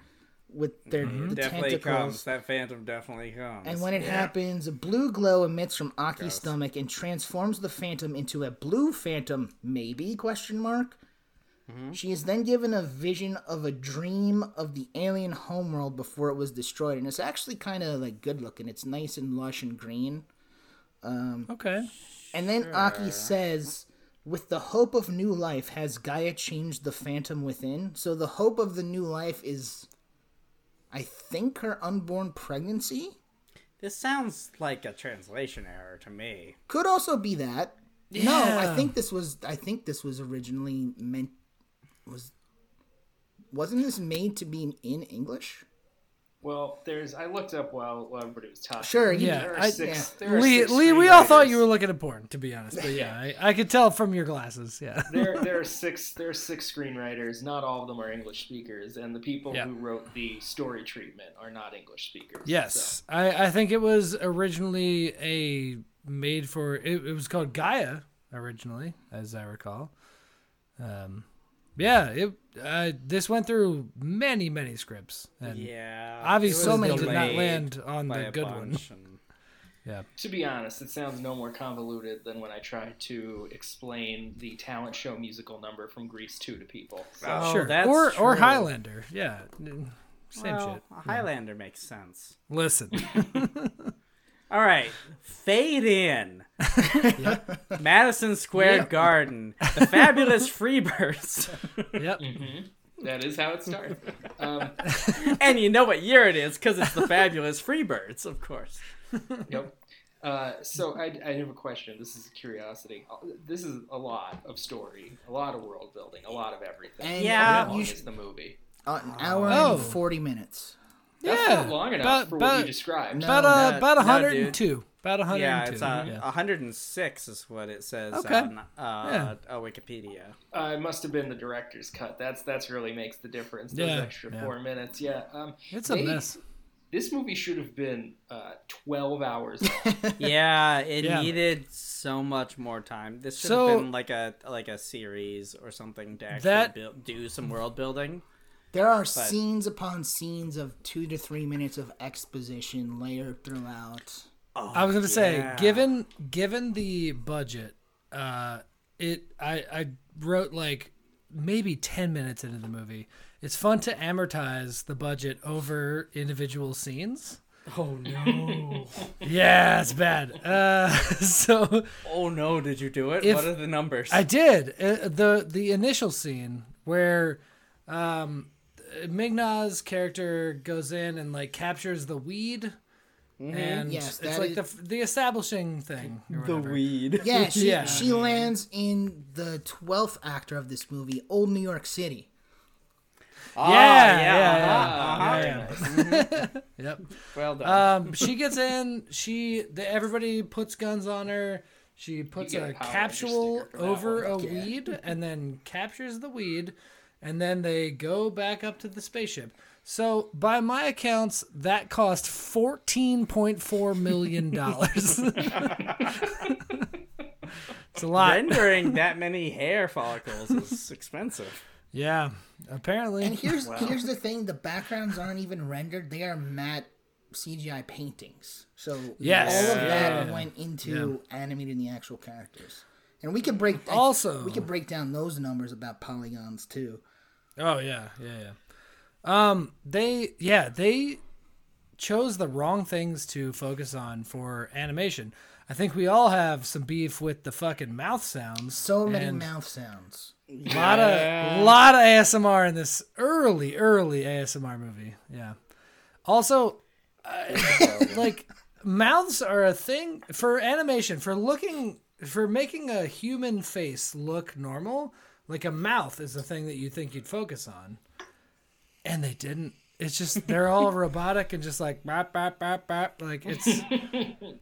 Speaker 6: with their the
Speaker 2: Definitely
Speaker 6: tentacles.
Speaker 2: comes. That phantom definitely comes.
Speaker 6: And when it happens, a blue glow emits from Aki's stomach and transforms the phantom into a blue phantom, maybe question mark. She is then given a vision of a dream of the alien homeworld before it was destroyed, and it's actually kind of like good looking. It's nice and lush and green.
Speaker 3: Okay.
Speaker 6: And then Aki says, "With the hope of new life, has Gaia changed the phantom within?" So the hope of the new life is, I think, her unborn pregnancy.
Speaker 2: This sounds like a translation error to me.
Speaker 6: Could also be that. No, I
Speaker 3: Yeah.
Speaker 6: think this was. I think this was originally meant. Was wasn't this made to be in English?
Speaker 1: Well, there's. I looked up while, while everybody was talking.
Speaker 6: Sure, you-
Speaker 1: There are
Speaker 3: Yeah, I-
Speaker 1: six. There are
Speaker 3: Lee,
Speaker 1: six
Speaker 3: Lee, we all thought you
Speaker 1: screenwriters.
Speaker 3: were looking at porn, to be honest. But yeah, I, I could tell from your glasses. Yeah.
Speaker 1: there, there are six there are six screenwriters not all of them are english speakers and the people
Speaker 3: Yeah.
Speaker 1: who wrote the story treatment are not english speakers
Speaker 3: Yes, I, I think it was originally a made for it, it was called Gaia originally, as I recall. Um, yeah, it uh, this went through many many scripts, and
Speaker 2: Yeah.
Speaker 3: Mm. obviously
Speaker 6: so many
Speaker 3: they did not
Speaker 2: delayed
Speaker 3: land on
Speaker 2: by
Speaker 3: the
Speaker 2: a
Speaker 3: good one.
Speaker 2: bunch and-
Speaker 1: so, to be honest it sounds no more convoluted than when i tried to explain the talent show musical number from greece 2 to people so
Speaker 2: Oh,
Speaker 3: sure,
Speaker 2: that's
Speaker 3: or or
Speaker 2: true.
Speaker 3: Highlander, yeah, same
Speaker 2: Well,
Speaker 3: shit.
Speaker 2: Highlander makes sense.
Speaker 3: Listen,
Speaker 2: All right, fade in. Madison Square Garden, the fabulous Freebirds,
Speaker 3: yep,
Speaker 1: mm-hmm. that is how it starts um,
Speaker 2: and you know what year it is because it's the fabulous Freebirds, of course.
Speaker 1: Yep. Uh, so I, I have a question. This is a curiosity. Uh, This is a lot of story, a lot of world building, a lot of everything.
Speaker 6: And
Speaker 2: Yeah.
Speaker 1: How
Speaker 6: you
Speaker 1: long
Speaker 6: sh-
Speaker 1: is the movie?
Speaker 6: uh, an hour
Speaker 3: Oh.
Speaker 6: and forty minutes.
Speaker 1: That's
Speaker 3: Yeah,
Speaker 1: not long enough
Speaker 3: but-
Speaker 1: for what
Speaker 3: but-
Speaker 1: you described.
Speaker 3: about
Speaker 6: No,
Speaker 3: uh,
Speaker 2: no,
Speaker 3: about
Speaker 2: no,
Speaker 3: hundred and two. About 102.
Speaker 2: Yeah, it's uh,
Speaker 3: yeah.
Speaker 2: 106 is what it says
Speaker 3: Okay.
Speaker 2: on uh, uh, Wikipedia.
Speaker 1: Uh, it must have been the director's cut. That's that's really makes the difference. Those
Speaker 3: Yeah,
Speaker 1: extra
Speaker 3: yeah.
Speaker 1: four minutes. Yeah. Um,
Speaker 3: It's a
Speaker 1: they-
Speaker 3: mess.
Speaker 1: This movie should have been uh, twelve hours.
Speaker 2: yeah, it
Speaker 3: Yeah.
Speaker 2: needed so much more time. This should
Speaker 3: So-
Speaker 2: have been like a like a series or something to actually
Speaker 3: That-
Speaker 2: build, do some world building.
Speaker 6: There are scenes upon scenes of two to three minutes of exposition layered throughout.
Speaker 3: I was gonna
Speaker 2: Oh, yeah.
Speaker 3: say, given given the budget, uh, it I I wrote like maybe ten minutes into the movie. It's fun to amortize the budget over individual scenes.
Speaker 2: Oh no!
Speaker 3: Yeah, it's bad. Uh, so
Speaker 2: oh no! Did you do it?
Speaker 3: If-
Speaker 2: what are the numbers?
Speaker 3: I did uh, the the initial scene where um, Migna's character goes in and like captures the weed. And
Speaker 6: Yes,
Speaker 3: it's
Speaker 6: that
Speaker 3: like
Speaker 6: is-
Speaker 3: the the establishing thing. or
Speaker 2: the
Speaker 3: whatever.
Speaker 2: weed.
Speaker 6: Yeah, she
Speaker 3: Yeah.
Speaker 6: she lands in the twelfth actor of this movie, Old New York City.
Speaker 2: Ah,
Speaker 3: yeah,
Speaker 2: yeah,
Speaker 3: yeah,
Speaker 2: uh-huh,
Speaker 3: yeah,
Speaker 2: uh-huh.
Speaker 1: Uh,
Speaker 3: yeah. Yep.
Speaker 2: Well done.
Speaker 3: Um, she gets in. She the, everybody puts guns on her. She puts
Speaker 1: get
Speaker 3: a
Speaker 1: a Power Ranger
Speaker 3: capsule
Speaker 1: sticker for that
Speaker 3: over a
Speaker 1: one.
Speaker 3: weed and then captures the weed, and then they go back up to the spaceship. So by my accounts, that cost fourteen point four million dollars. it's a lot.
Speaker 2: Rendering that many hair follicles is expensive.
Speaker 3: Yeah, apparently.
Speaker 6: And here's here's the thing: the backgrounds aren't even rendered; they are matte CGI paintings. So
Speaker 3: Yes.
Speaker 6: all of that
Speaker 3: Yeah.
Speaker 6: went into animating the actual characters. And we could break I-
Speaker 3: Also-
Speaker 6: we could break down those numbers about polygons too.
Speaker 3: Oh yeah, yeah, yeah. Um, they yeah they chose the wrong things to focus on for animation. I think we all have some beef with the fucking mouth sounds.
Speaker 6: So many
Speaker 3: and
Speaker 6: mouth sounds.
Speaker 3: lot of lot of ASMR in this early early ASMR movie. Yeah. Also, uh, like mouths are a thing for animation for looking for making a human face look normal. Like a mouth is the thing that you think you'd focus on, and they didn't. It's just they're all robotic and just like bop bop bop bop. Like it's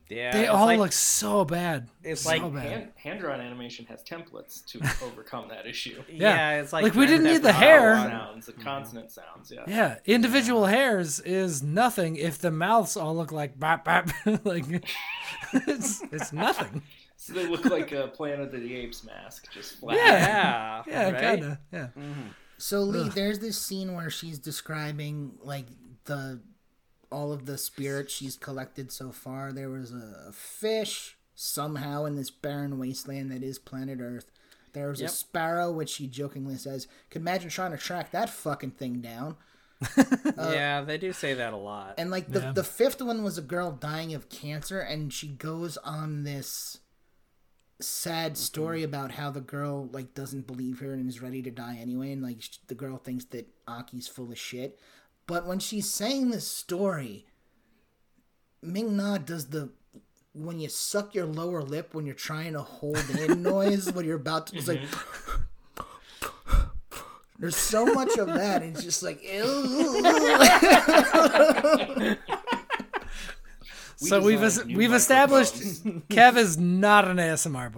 Speaker 2: Yeah,
Speaker 3: they
Speaker 2: it's
Speaker 3: all
Speaker 2: like,
Speaker 3: look so bad.
Speaker 2: It's
Speaker 3: so
Speaker 2: like
Speaker 3: bad.
Speaker 1: Hand hand drawn animation has templates to overcome that issue.
Speaker 2: Yeah,
Speaker 3: yeah.
Speaker 2: it's like
Speaker 3: Like, we didn't need the
Speaker 2: Grand Theft
Speaker 3: hair.
Speaker 2: Auto.
Speaker 1: Sounds, the consonant sounds. Yeah.
Speaker 3: Yeah, individual hairs is nothing if the mouths all look like bap bap. like it's it's nothing.
Speaker 1: So they look like a Planet of the Apes mask, just flat.
Speaker 3: Yeah.
Speaker 2: Yeah,
Speaker 3: Yeah,
Speaker 2: right?
Speaker 3: kinda. Yeah.
Speaker 6: So Lee, there's this scene where she's describing like the all of the spirits she's collected so far. There was a, a fish somehow in this barren wasteland that is planet Earth. There was a sparrow, which she jokingly says, "Could imagine trying to track that fucking thing down."
Speaker 2: yeah, they do say that a lot.
Speaker 6: And like the the fifth one was a girl dying of cancer, and she goes on this sad story about how the girl like doesn't believe her and is ready to die anyway, and like sh- the girl thinks that Aki's full of shit. But when she's saying this story, Ming Na does the when you suck your lower lip when you're trying to hold in noise when you're about to it's like there's so much of that and it's just like ew.
Speaker 3: so we've es-
Speaker 1: designed new
Speaker 3: we've established Kev is not an ASMR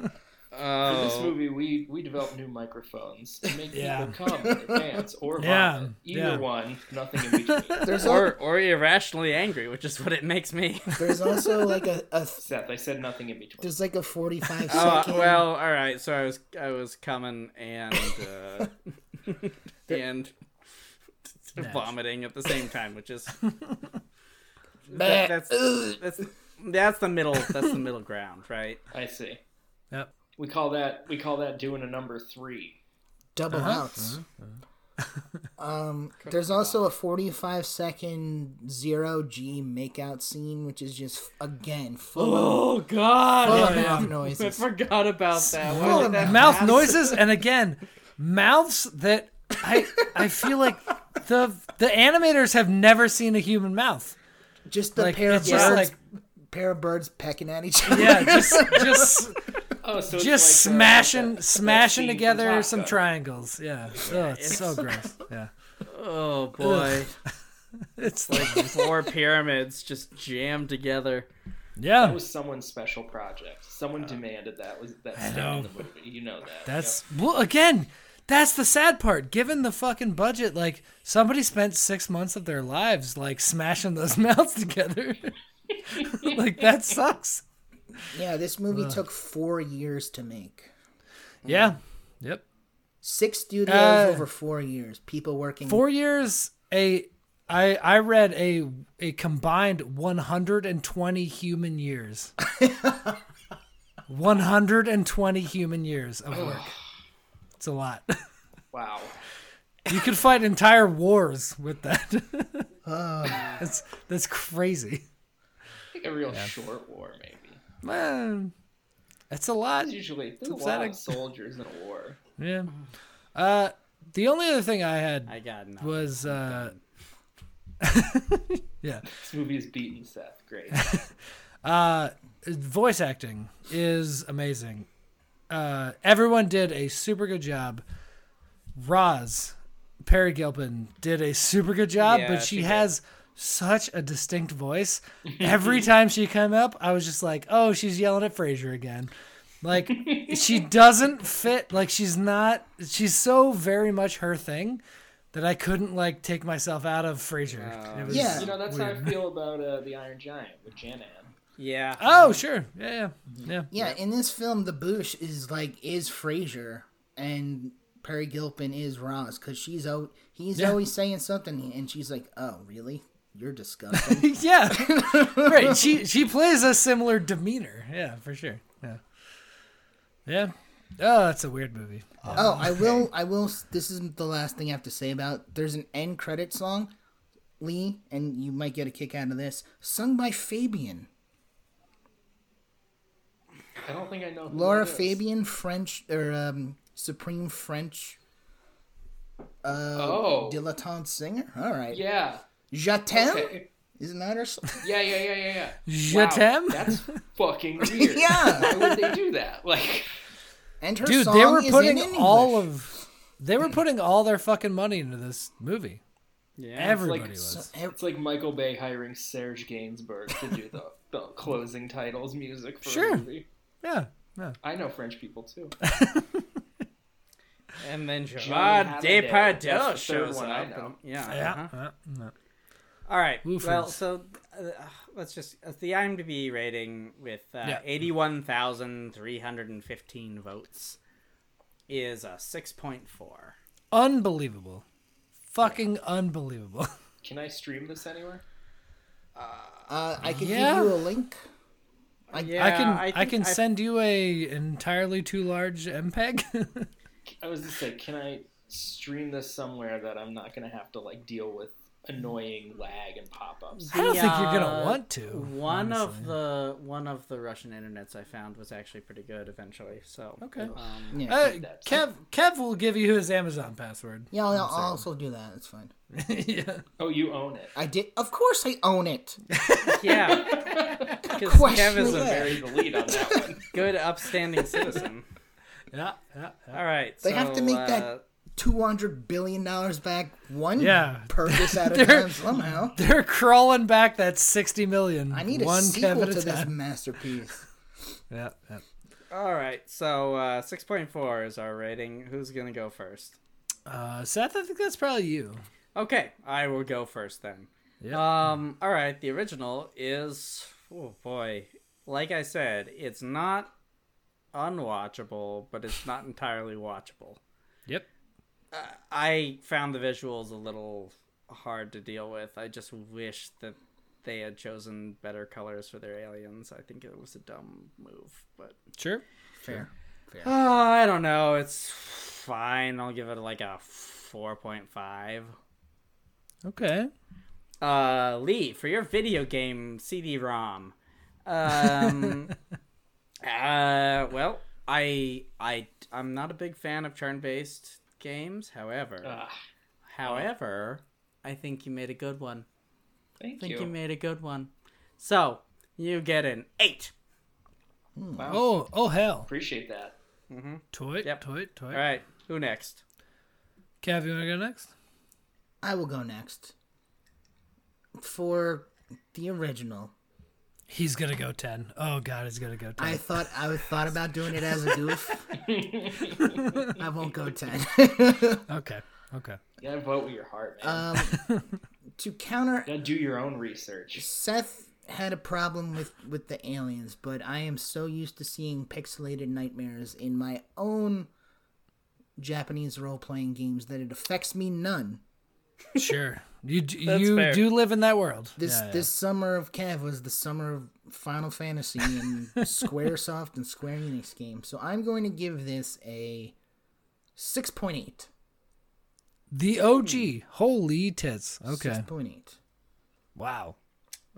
Speaker 3: boy.
Speaker 2: Oh.
Speaker 1: For this movie, we we developed new microphones to make
Speaker 3: Yeah.
Speaker 1: people come, advance, or vomit.
Speaker 3: Yeah,
Speaker 1: Either
Speaker 3: yeah.
Speaker 1: one, nothing in between.
Speaker 6: there's al-
Speaker 2: or or irrationally angry, which is what it makes me.
Speaker 6: There's also like a, a th-
Speaker 1: Seth, I said nothing in between.
Speaker 6: there's like a 45
Speaker 3: Oh,
Speaker 6: second.
Speaker 2: Uh, well, all right. So I was I was coming and uh, and vomiting at the same time, which is that- that's that's that's the middle that's the middle ground, right?
Speaker 1: I see.
Speaker 3: Yep.
Speaker 1: We call that we call that doing a number three.
Speaker 6: double outs.
Speaker 3: Uh-huh.
Speaker 6: um, there's also a 45 second zero G makeout scene, which is just again full of,
Speaker 2: Oh God,
Speaker 6: full
Speaker 3: yeah.
Speaker 6: of mouth
Speaker 2: I
Speaker 6: noises.
Speaker 2: forgot about that.
Speaker 6: Full
Speaker 2: Why
Speaker 6: of
Speaker 2: did that
Speaker 3: Mouth
Speaker 2: happen?
Speaker 3: noises and again, mouths that I I feel like the the animators have never seen a human mouth.
Speaker 6: Just the
Speaker 3: Like,
Speaker 6: pair of
Speaker 3: it's
Speaker 6: birds,
Speaker 3: just
Speaker 6: pair of birds pecking at each other.
Speaker 3: Yeah, just just
Speaker 1: Oh, so it's
Speaker 3: just
Speaker 1: like, uh,
Speaker 3: smashing
Speaker 1: that- that
Speaker 3: smashing
Speaker 1: scene from
Speaker 3: together
Speaker 1: Top
Speaker 3: some
Speaker 1: Gun.
Speaker 3: triangles. Yeah. Oh, it's so gross. Yeah.
Speaker 2: Oh boy.
Speaker 3: It's like,
Speaker 5: like four pyramids just jammed together.
Speaker 1: That
Speaker 3: yeah,
Speaker 1: was someone's special project. Someone demanded that was that
Speaker 3: Uh, I
Speaker 1: stay in
Speaker 3: know.
Speaker 1: the movie. You know that.
Speaker 3: that's well again. That's the sad part. Given the fucking budget, like somebody spent six months of their lives like smashing those mouths together. like that sucks.
Speaker 6: Yeah, this movie took four years to make.
Speaker 3: Yeah. Yep.
Speaker 6: Six studios
Speaker 3: Uh,
Speaker 6: over four years. People working.
Speaker 3: four years a I, I read a a combined 120 human years 120 human years of work it's a lot
Speaker 1: Wow.
Speaker 3: you could fight entire wars with that
Speaker 6: Oh,
Speaker 3: that's that's crazy
Speaker 1: Like a real short war, maybe.
Speaker 3: man that's a lot
Speaker 1: It's usually there's a lot
Speaker 3: upsetting.
Speaker 1: of soldiers in a war.
Speaker 3: yeah uh the only other thing i had
Speaker 2: I got nothing.
Speaker 3: was uh yeah
Speaker 1: This movie is beaten Seth. Great.
Speaker 3: voice acting is amazing. Uh, everyone did a super good job. Roz Perry Gilpin did a super good job,
Speaker 5: Yeah,
Speaker 3: but she,
Speaker 5: she did.
Speaker 3: has such a distinct voice. Every time she came up, I was just like, "Oh, she's yelling at Frasier again." Like she doesn't fit. Like she's not. She's so very much her thing that I couldn't like take myself out of Frasier.
Speaker 5: Oh.
Speaker 3: It was-
Speaker 6: Yeah.
Speaker 1: you know that's how I feel about uh, the Iron Giant with Janan.
Speaker 5: Yeah.
Speaker 3: Oh sure. Yeah. Yeah. Yeah.
Speaker 6: yeah, in this film, the Boosh is like is Frasier and Perry Gilpin is Roz because she's al- he's
Speaker 3: Yeah.
Speaker 6: always saying something and she's like, "Oh, really? You're disgusting."
Speaker 3: Yeah. right. She she plays a similar demeanor. Yeah, for sure. Yeah. Yeah. Oh, that's a weird movie.
Speaker 6: oh, I will. I will. s- This is the last thing I have to say about. There's an end credit song, Lee, and you might get a kick out of this, sung by Fabian.
Speaker 1: I don't think I know. Who
Speaker 6: Laura
Speaker 1: that is.
Speaker 6: Fabian, French or um, supreme French uh,
Speaker 1: Oh.
Speaker 6: dilettante singer. All right,
Speaker 1: Yeah.
Speaker 6: Je t'aime.
Speaker 1: Okay.
Speaker 6: Isn't that her? song?
Speaker 1: Yeah, yeah, yeah, yeah, yeah.
Speaker 3: Je
Speaker 1: Wow,
Speaker 3: t'aime?
Speaker 1: That's fucking weird.
Speaker 6: Yeah.
Speaker 1: Why would they do that? Like,
Speaker 6: And her
Speaker 3: Dude,
Speaker 6: song
Speaker 3: they were
Speaker 6: is
Speaker 3: putting
Speaker 6: in
Speaker 3: all
Speaker 6: English.
Speaker 3: of they were putting all their fucking money into this movie. Yeah. Everybody
Speaker 1: like
Speaker 3: was.
Speaker 6: Ev-
Speaker 1: it's like Michael Bay hiring Serge Gainsbourg to do the, the closing titles music for
Speaker 3: Sure.
Speaker 1: a movie.
Speaker 3: Yeah. Yeah.
Speaker 1: I know French people too.
Speaker 5: And then
Speaker 1: Gerard
Speaker 5: Gerard
Speaker 1: Halliday. That's
Speaker 5: Depardieu
Speaker 1: the third
Speaker 5: shows
Speaker 1: one
Speaker 5: up.
Speaker 1: I know.
Speaker 5: and- yeah.
Speaker 3: Yeah.
Speaker 5: uh-huh.
Speaker 3: yeah, yeah.
Speaker 2: All right.
Speaker 3: Woofers.
Speaker 2: Well, so uh, let's just uh, the IMDb rating with uh,
Speaker 3: Yeah.
Speaker 2: eighty-one thousand three hundred and fifteen votes is a six point four.
Speaker 3: Unbelievable. Fucking unbelievable.
Speaker 1: Can I stream this anywhere?
Speaker 6: uh, I could
Speaker 3: Yeah.
Speaker 6: give you a link.
Speaker 2: Yeah,
Speaker 3: I can I,
Speaker 2: think
Speaker 3: can send you a entirely too large E MPEG.
Speaker 1: I was just like, can I stream this somewhere that I'm not gonna have to like deal with annoying lag and pop-ups?
Speaker 3: I don't
Speaker 2: The,
Speaker 3: think you're gonna
Speaker 2: uh,
Speaker 3: want to.
Speaker 2: One
Speaker 3: Oh, honestly.
Speaker 2: of the one of the Russian internets I found was actually pretty good eventually. So
Speaker 3: Okay.
Speaker 2: um,
Speaker 6: Yeah,
Speaker 3: Uh, Kev, Kev will give you his Amazon password.
Speaker 6: yeah, I'll, I'll also do that. It's fine.
Speaker 3: yeah.
Speaker 1: Oh, you own it.
Speaker 6: I did. Of course, I own it.
Speaker 2: yeah, because Kev is
Speaker 6: Question
Speaker 2: a
Speaker 6: that.
Speaker 1: Carry
Speaker 2: very
Speaker 1: the lead on that one.
Speaker 2: good, upstanding citizen.
Speaker 3: Yeah. Yeah. Yeah.
Speaker 2: All right,
Speaker 6: They have to
Speaker 2: so,
Speaker 6: make that-
Speaker 2: uh,
Speaker 6: Two hundred billion dollars back. One
Speaker 3: Yeah.
Speaker 6: purchase at a
Speaker 3: They're-
Speaker 6: time somehow.
Speaker 3: They're crawling back that 60 million.
Speaker 6: I need a
Speaker 3: one
Speaker 6: sequel
Speaker 3: Kev at
Speaker 6: to
Speaker 3: a
Speaker 6: this
Speaker 3: time.
Speaker 6: masterpiece.
Speaker 3: Yeah. yeah.
Speaker 2: All right, so uh, six point four is our rating. Who's gonna go first?
Speaker 3: Uh, Seth, I think that's probably you.
Speaker 2: Okay, I will go first then. Um. All right, the original is oh boy, like I said, it's not unwatchable, but it's not entirely watchable.
Speaker 3: Yep.
Speaker 2: I found the visuals a little hard to deal with. I just wish that they had chosen better colors for their aliens. I think it was a dumb move, but
Speaker 3: Sure.
Speaker 6: Fair.
Speaker 2: Oh, I don't know. It's fine. I'll give it like a 4.5.
Speaker 3: Okay.
Speaker 2: Uh, Lee, for your video game CD-ROM. Um, uh, well, I I I'm not a big fan of turn-based games. However,
Speaker 1: Ah,
Speaker 2: however, I think you made a good one.
Speaker 1: thank
Speaker 2: I think
Speaker 1: you.
Speaker 2: you made a good one. So you get an eight.
Speaker 3: Oh, oh hell.
Speaker 1: Appreciate that.
Speaker 3: Toy,
Speaker 2: Yep.
Speaker 3: toy, toy.
Speaker 2: All right. Who next?
Speaker 3: Kev, you want to go next?
Speaker 6: I will go next. for the original.
Speaker 3: He's gonna go ten. Oh god, he's gonna go ten.
Speaker 6: I thought I thought about doing it as a goof. I won't go ten.
Speaker 3: Okay. Okay.
Speaker 1: You gotta vote with your heart, man.
Speaker 6: um, to counter,
Speaker 1: you gotta do your own research.
Speaker 6: Seth had a problem with with the aliens, but I am so used to seeing pixelated nightmares in my own Japanese role playing games that it affects me none.
Speaker 3: Sure. You d- you
Speaker 2: fair.
Speaker 3: do live in that world.
Speaker 6: This
Speaker 3: Yeah, yeah.
Speaker 6: this summer of Cav was the summer of Final Fantasy and SquareSoft and Square Enix game. So I'm going to give this a six point eight.
Speaker 3: the
Speaker 6: Hmm.
Speaker 3: OG. Holy tits. Okay.
Speaker 6: Six point eight.
Speaker 3: Wow.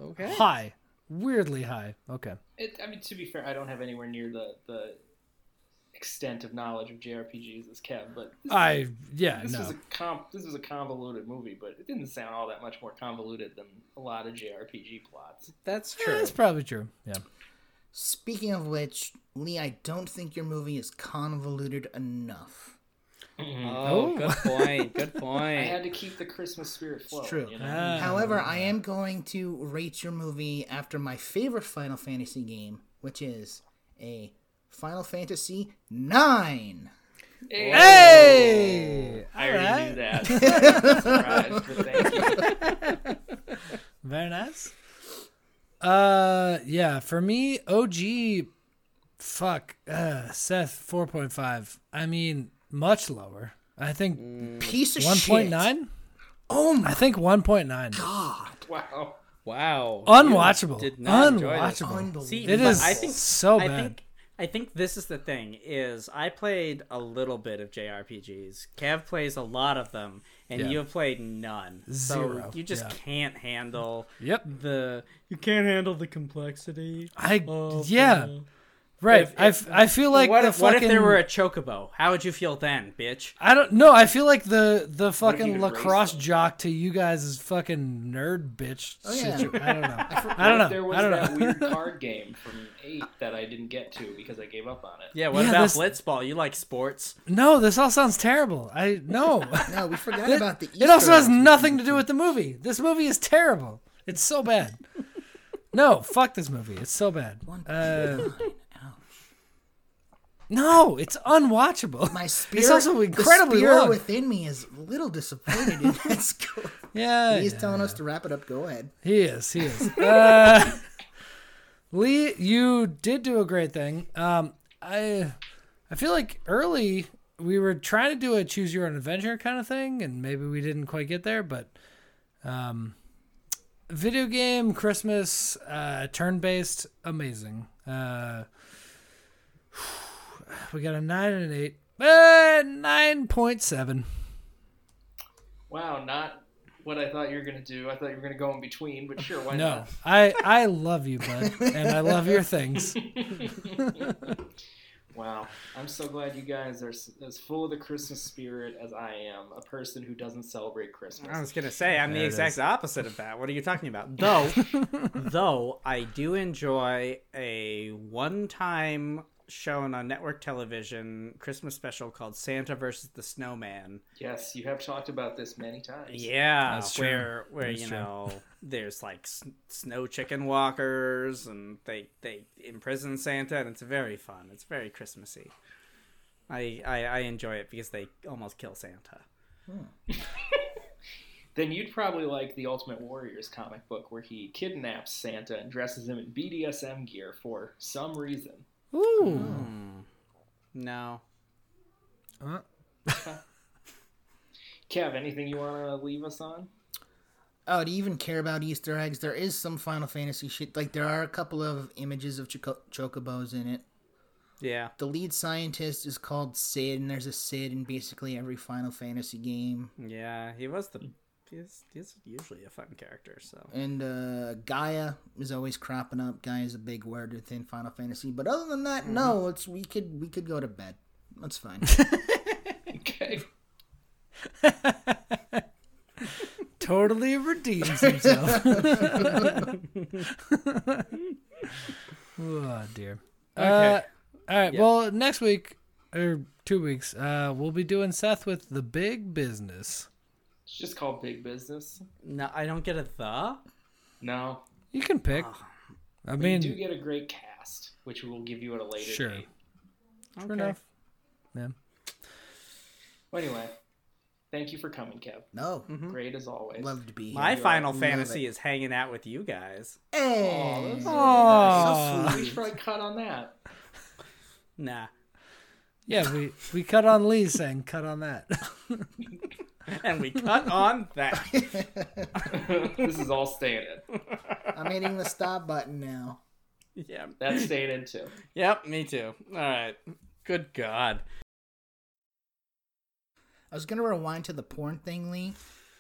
Speaker 2: Okay.
Speaker 3: High. Weirdly high. Okay.
Speaker 1: It, I mean, to be fair, I don't have anywhere near the the extent of knowledge of JRPGs as Kev, but
Speaker 3: I yeah
Speaker 1: this was
Speaker 3: no.
Speaker 1: a comp. This was a convoluted movie, but it didn't sound all that much more convoluted than a lot of JRPG plots.
Speaker 2: That's
Speaker 3: Yeah,
Speaker 2: true.
Speaker 3: that's probably true. Yeah.
Speaker 6: Speaking of which, Lee, I don't think your movie is convoluted enough.
Speaker 2: Oh, good point. Good
Speaker 1: I
Speaker 2: point.
Speaker 1: had to keep the Christmas spirit flowing.
Speaker 6: true.
Speaker 1: You know?
Speaker 3: Ah.
Speaker 6: However, I am going to rate your movie after my favorite Final Fantasy game, which is a Final Fantasy Nine.
Speaker 1: Hey!
Speaker 3: Hey.
Speaker 1: I
Speaker 3: All
Speaker 1: already
Speaker 3: right.
Speaker 1: knew that. So I'm surprised, but thank you.
Speaker 3: Very nice. Uh, yeah. For me, OG, fuck, uh, Seth, four point five. I mean, much lower. I think
Speaker 6: Piece of
Speaker 3: one
Speaker 6: Mm. shit.
Speaker 3: point nine.
Speaker 6: Oh
Speaker 3: I
Speaker 6: my
Speaker 3: think one point nine.
Speaker 1: Wow.
Speaker 2: Wow.
Speaker 3: Unwatchable.
Speaker 2: Did not enjoy this.
Speaker 3: Unwatchable.
Speaker 6: Unbelievable.
Speaker 2: See,
Speaker 3: It
Speaker 2: but
Speaker 3: is
Speaker 2: I think
Speaker 3: so
Speaker 2: I
Speaker 3: bad.
Speaker 2: think, I think this is the thing: is I played a little bit of JRPGs. Kev plays a lot of them, and
Speaker 3: Yeah.
Speaker 2: you have played none.
Speaker 3: Zero,
Speaker 2: So you just
Speaker 3: yeah.
Speaker 2: can't handle.
Speaker 3: Yep.
Speaker 2: The you can't handle the complexity.
Speaker 3: I
Speaker 2: of,
Speaker 3: yeah.
Speaker 2: uh,
Speaker 3: Right.
Speaker 2: if-
Speaker 3: I f- I feel like
Speaker 2: what
Speaker 3: the
Speaker 2: if, what if there
Speaker 3: fucking-
Speaker 2: were a chocobo? How would you feel then, bitch?
Speaker 3: I don't know. I feel like the the
Speaker 1: you'd
Speaker 3: fucking
Speaker 1: erase
Speaker 3: lacrosse
Speaker 1: them?
Speaker 3: jock to you guys is fucking nerd bitch.
Speaker 6: Oh, yeah.
Speaker 3: situ- I don't know.
Speaker 1: What
Speaker 3: I don't
Speaker 1: if There
Speaker 3: know.
Speaker 1: was
Speaker 3: I don't
Speaker 1: that
Speaker 3: know.
Speaker 1: weird card game from eight that I didn't get to because I gave up on it.
Speaker 2: Yeah. What
Speaker 3: Yeah,
Speaker 2: about
Speaker 3: this-
Speaker 2: blitzball? You like sports?
Speaker 3: No, this all sounds terrible. I no.
Speaker 6: No, we forgot
Speaker 3: It-
Speaker 6: about the.
Speaker 3: it also
Speaker 6: Easter
Speaker 3: has
Speaker 6: eggs.
Speaker 3: nothing to do with the movie. This movie is terrible. It's so bad. No, fuck this movie. It's so bad.
Speaker 6: One
Speaker 3: Uh,
Speaker 6: point nine. Ow.
Speaker 3: no, it's unwatchable.
Speaker 6: My spirit,
Speaker 3: it's also incredibly
Speaker 6: the spirit
Speaker 3: long.
Speaker 6: within me is a little disappointed in that score.
Speaker 3: yeah,
Speaker 6: He's
Speaker 3: yeah.
Speaker 6: telling us to wrap it up. Go ahead.
Speaker 3: He is. He is. uh, Lee, you did do a great thing. Um, I, I feel like early we were trying to do a choose your own adventure kind of thing, and maybe we didn't quite get there. But, um, video game Christmas, uh, turn based, amazing. Uh, we got a nine and an eight. Uh, nine point seven.
Speaker 1: Wow, not what I thought you were gonna do. I thought you were gonna go in between, but sure, why
Speaker 3: No,
Speaker 1: not?
Speaker 3: I I love you, bud, and I love your things.
Speaker 1: Wow, I'm so glad you guys are s- as full of the Christmas spirit as I am. A person who doesn't celebrate
Speaker 7: I
Speaker 1: Christmas.
Speaker 7: was gonna say I'm the
Speaker 3: it
Speaker 7: exact
Speaker 3: is.
Speaker 7: opposite of that. What are you talking about?
Speaker 2: though though i do enjoy a one-time shown on network television christmas special called santa versus the snowman
Speaker 1: Yes, you have talked about this many times.
Speaker 2: yeah
Speaker 3: That's true.
Speaker 2: where where
Speaker 3: That's
Speaker 2: you
Speaker 3: true.
Speaker 2: know there's like s- snow chicken walkers and they they imprison santa and it's very fun it's very christmassy I, I, I enjoy it because they almost kill Santa.
Speaker 1: Then you'd probably like the Ultimate Warriors comic book where he kidnaps Santa and dresses him in BDSM gear for some reason.
Speaker 3: Ooh.
Speaker 2: No.
Speaker 1: Kev, anything you want to leave us on?
Speaker 6: Oh, do you even care about Easter eggs? There is some Final Fantasy shit. Like there are a couple of images of choco- chocobos in it.
Speaker 2: Yeah.
Speaker 6: The lead scientist is called Sid, and there's a Sid in basically every Final Fantasy game.
Speaker 2: Yeah. He was the. He's, he's usually a fun character, so.
Speaker 6: And uh, Gaia is always cropping up. Gaia is a big word within Final Fantasy. But other than that,
Speaker 2: Mm-hmm.
Speaker 6: no, it's we could we could go to bed. That's fine.
Speaker 1: Okay.
Speaker 3: totally redeems himself. oh dear. Okay. all right. Well, next week or two weeks, uh, we'll be doing Seth with the big business.
Speaker 1: It's just called Big Business.
Speaker 2: No, I don't get a the.
Speaker 1: No,
Speaker 3: You can pick. I
Speaker 1: but you do
Speaker 3: mean,
Speaker 1: get a great cast, which we will give you at a later
Speaker 3: Sure.
Speaker 1: date.
Speaker 3: sure enough.
Speaker 1: Well, anyway, thank you for coming, Kev.
Speaker 6: No,
Speaker 1: Great as always.
Speaker 6: love to be here.
Speaker 2: Mm-hmm. My Final
Speaker 6: Love
Speaker 2: Fantasy
Speaker 6: it. Eh.
Speaker 2: is hanging out with you guys.
Speaker 6: Hey,
Speaker 3: Aw.
Speaker 1: we should probably cut on that.
Speaker 2: Nah.
Speaker 3: Yeah, we, we cut on Lee saying cut on that.
Speaker 2: And we cut on that.
Speaker 1: this is all staying in.
Speaker 6: I'm hitting the stop button now.
Speaker 2: Yeah.
Speaker 1: That's staying in too.
Speaker 2: Yep, me too. All right. Good God.
Speaker 6: I was gonna rewind to the porn thing, Lee.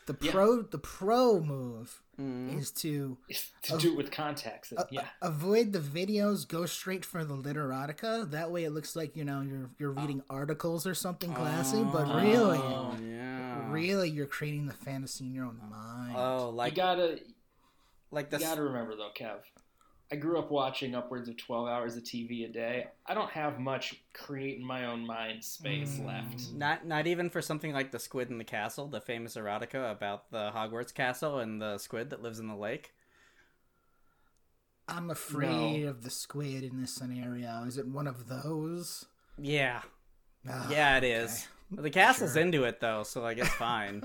Speaker 6: The pro, the pro move is to uh,
Speaker 1: to do it with contacts. and- yeah.
Speaker 6: avoid the videos. Go straight for the literotica. That way, it looks like you know you're you're reading articles or something classy,
Speaker 2: Oh,
Speaker 6: but
Speaker 1: Oh.
Speaker 6: really,
Speaker 2: Yeah.
Speaker 6: really, you're creating the fantasy in your own mind.
Speaker 2: Oh, like
Speaker 1: you gotta
Speaker 2: like
Speaker 1: you
Speaker 2: the
Speaker 1: gotta remember though, Kev. I grew up watching upwards of twelve hours of TV a day. I don't have much create in my own mind space left.
Speaker 2: Not not even for something like the squid in the castle, the famous erotica about the Hogwarts castle and the squid that lives in the lake.
Speaker 6: I'm afraid of the squid in this scenario. Is it one of those?
Speaker 2: Yeah,
Speaker 6: Ah,
Speaker 2: yeah, it is. The castle's into it though, so I guess fine.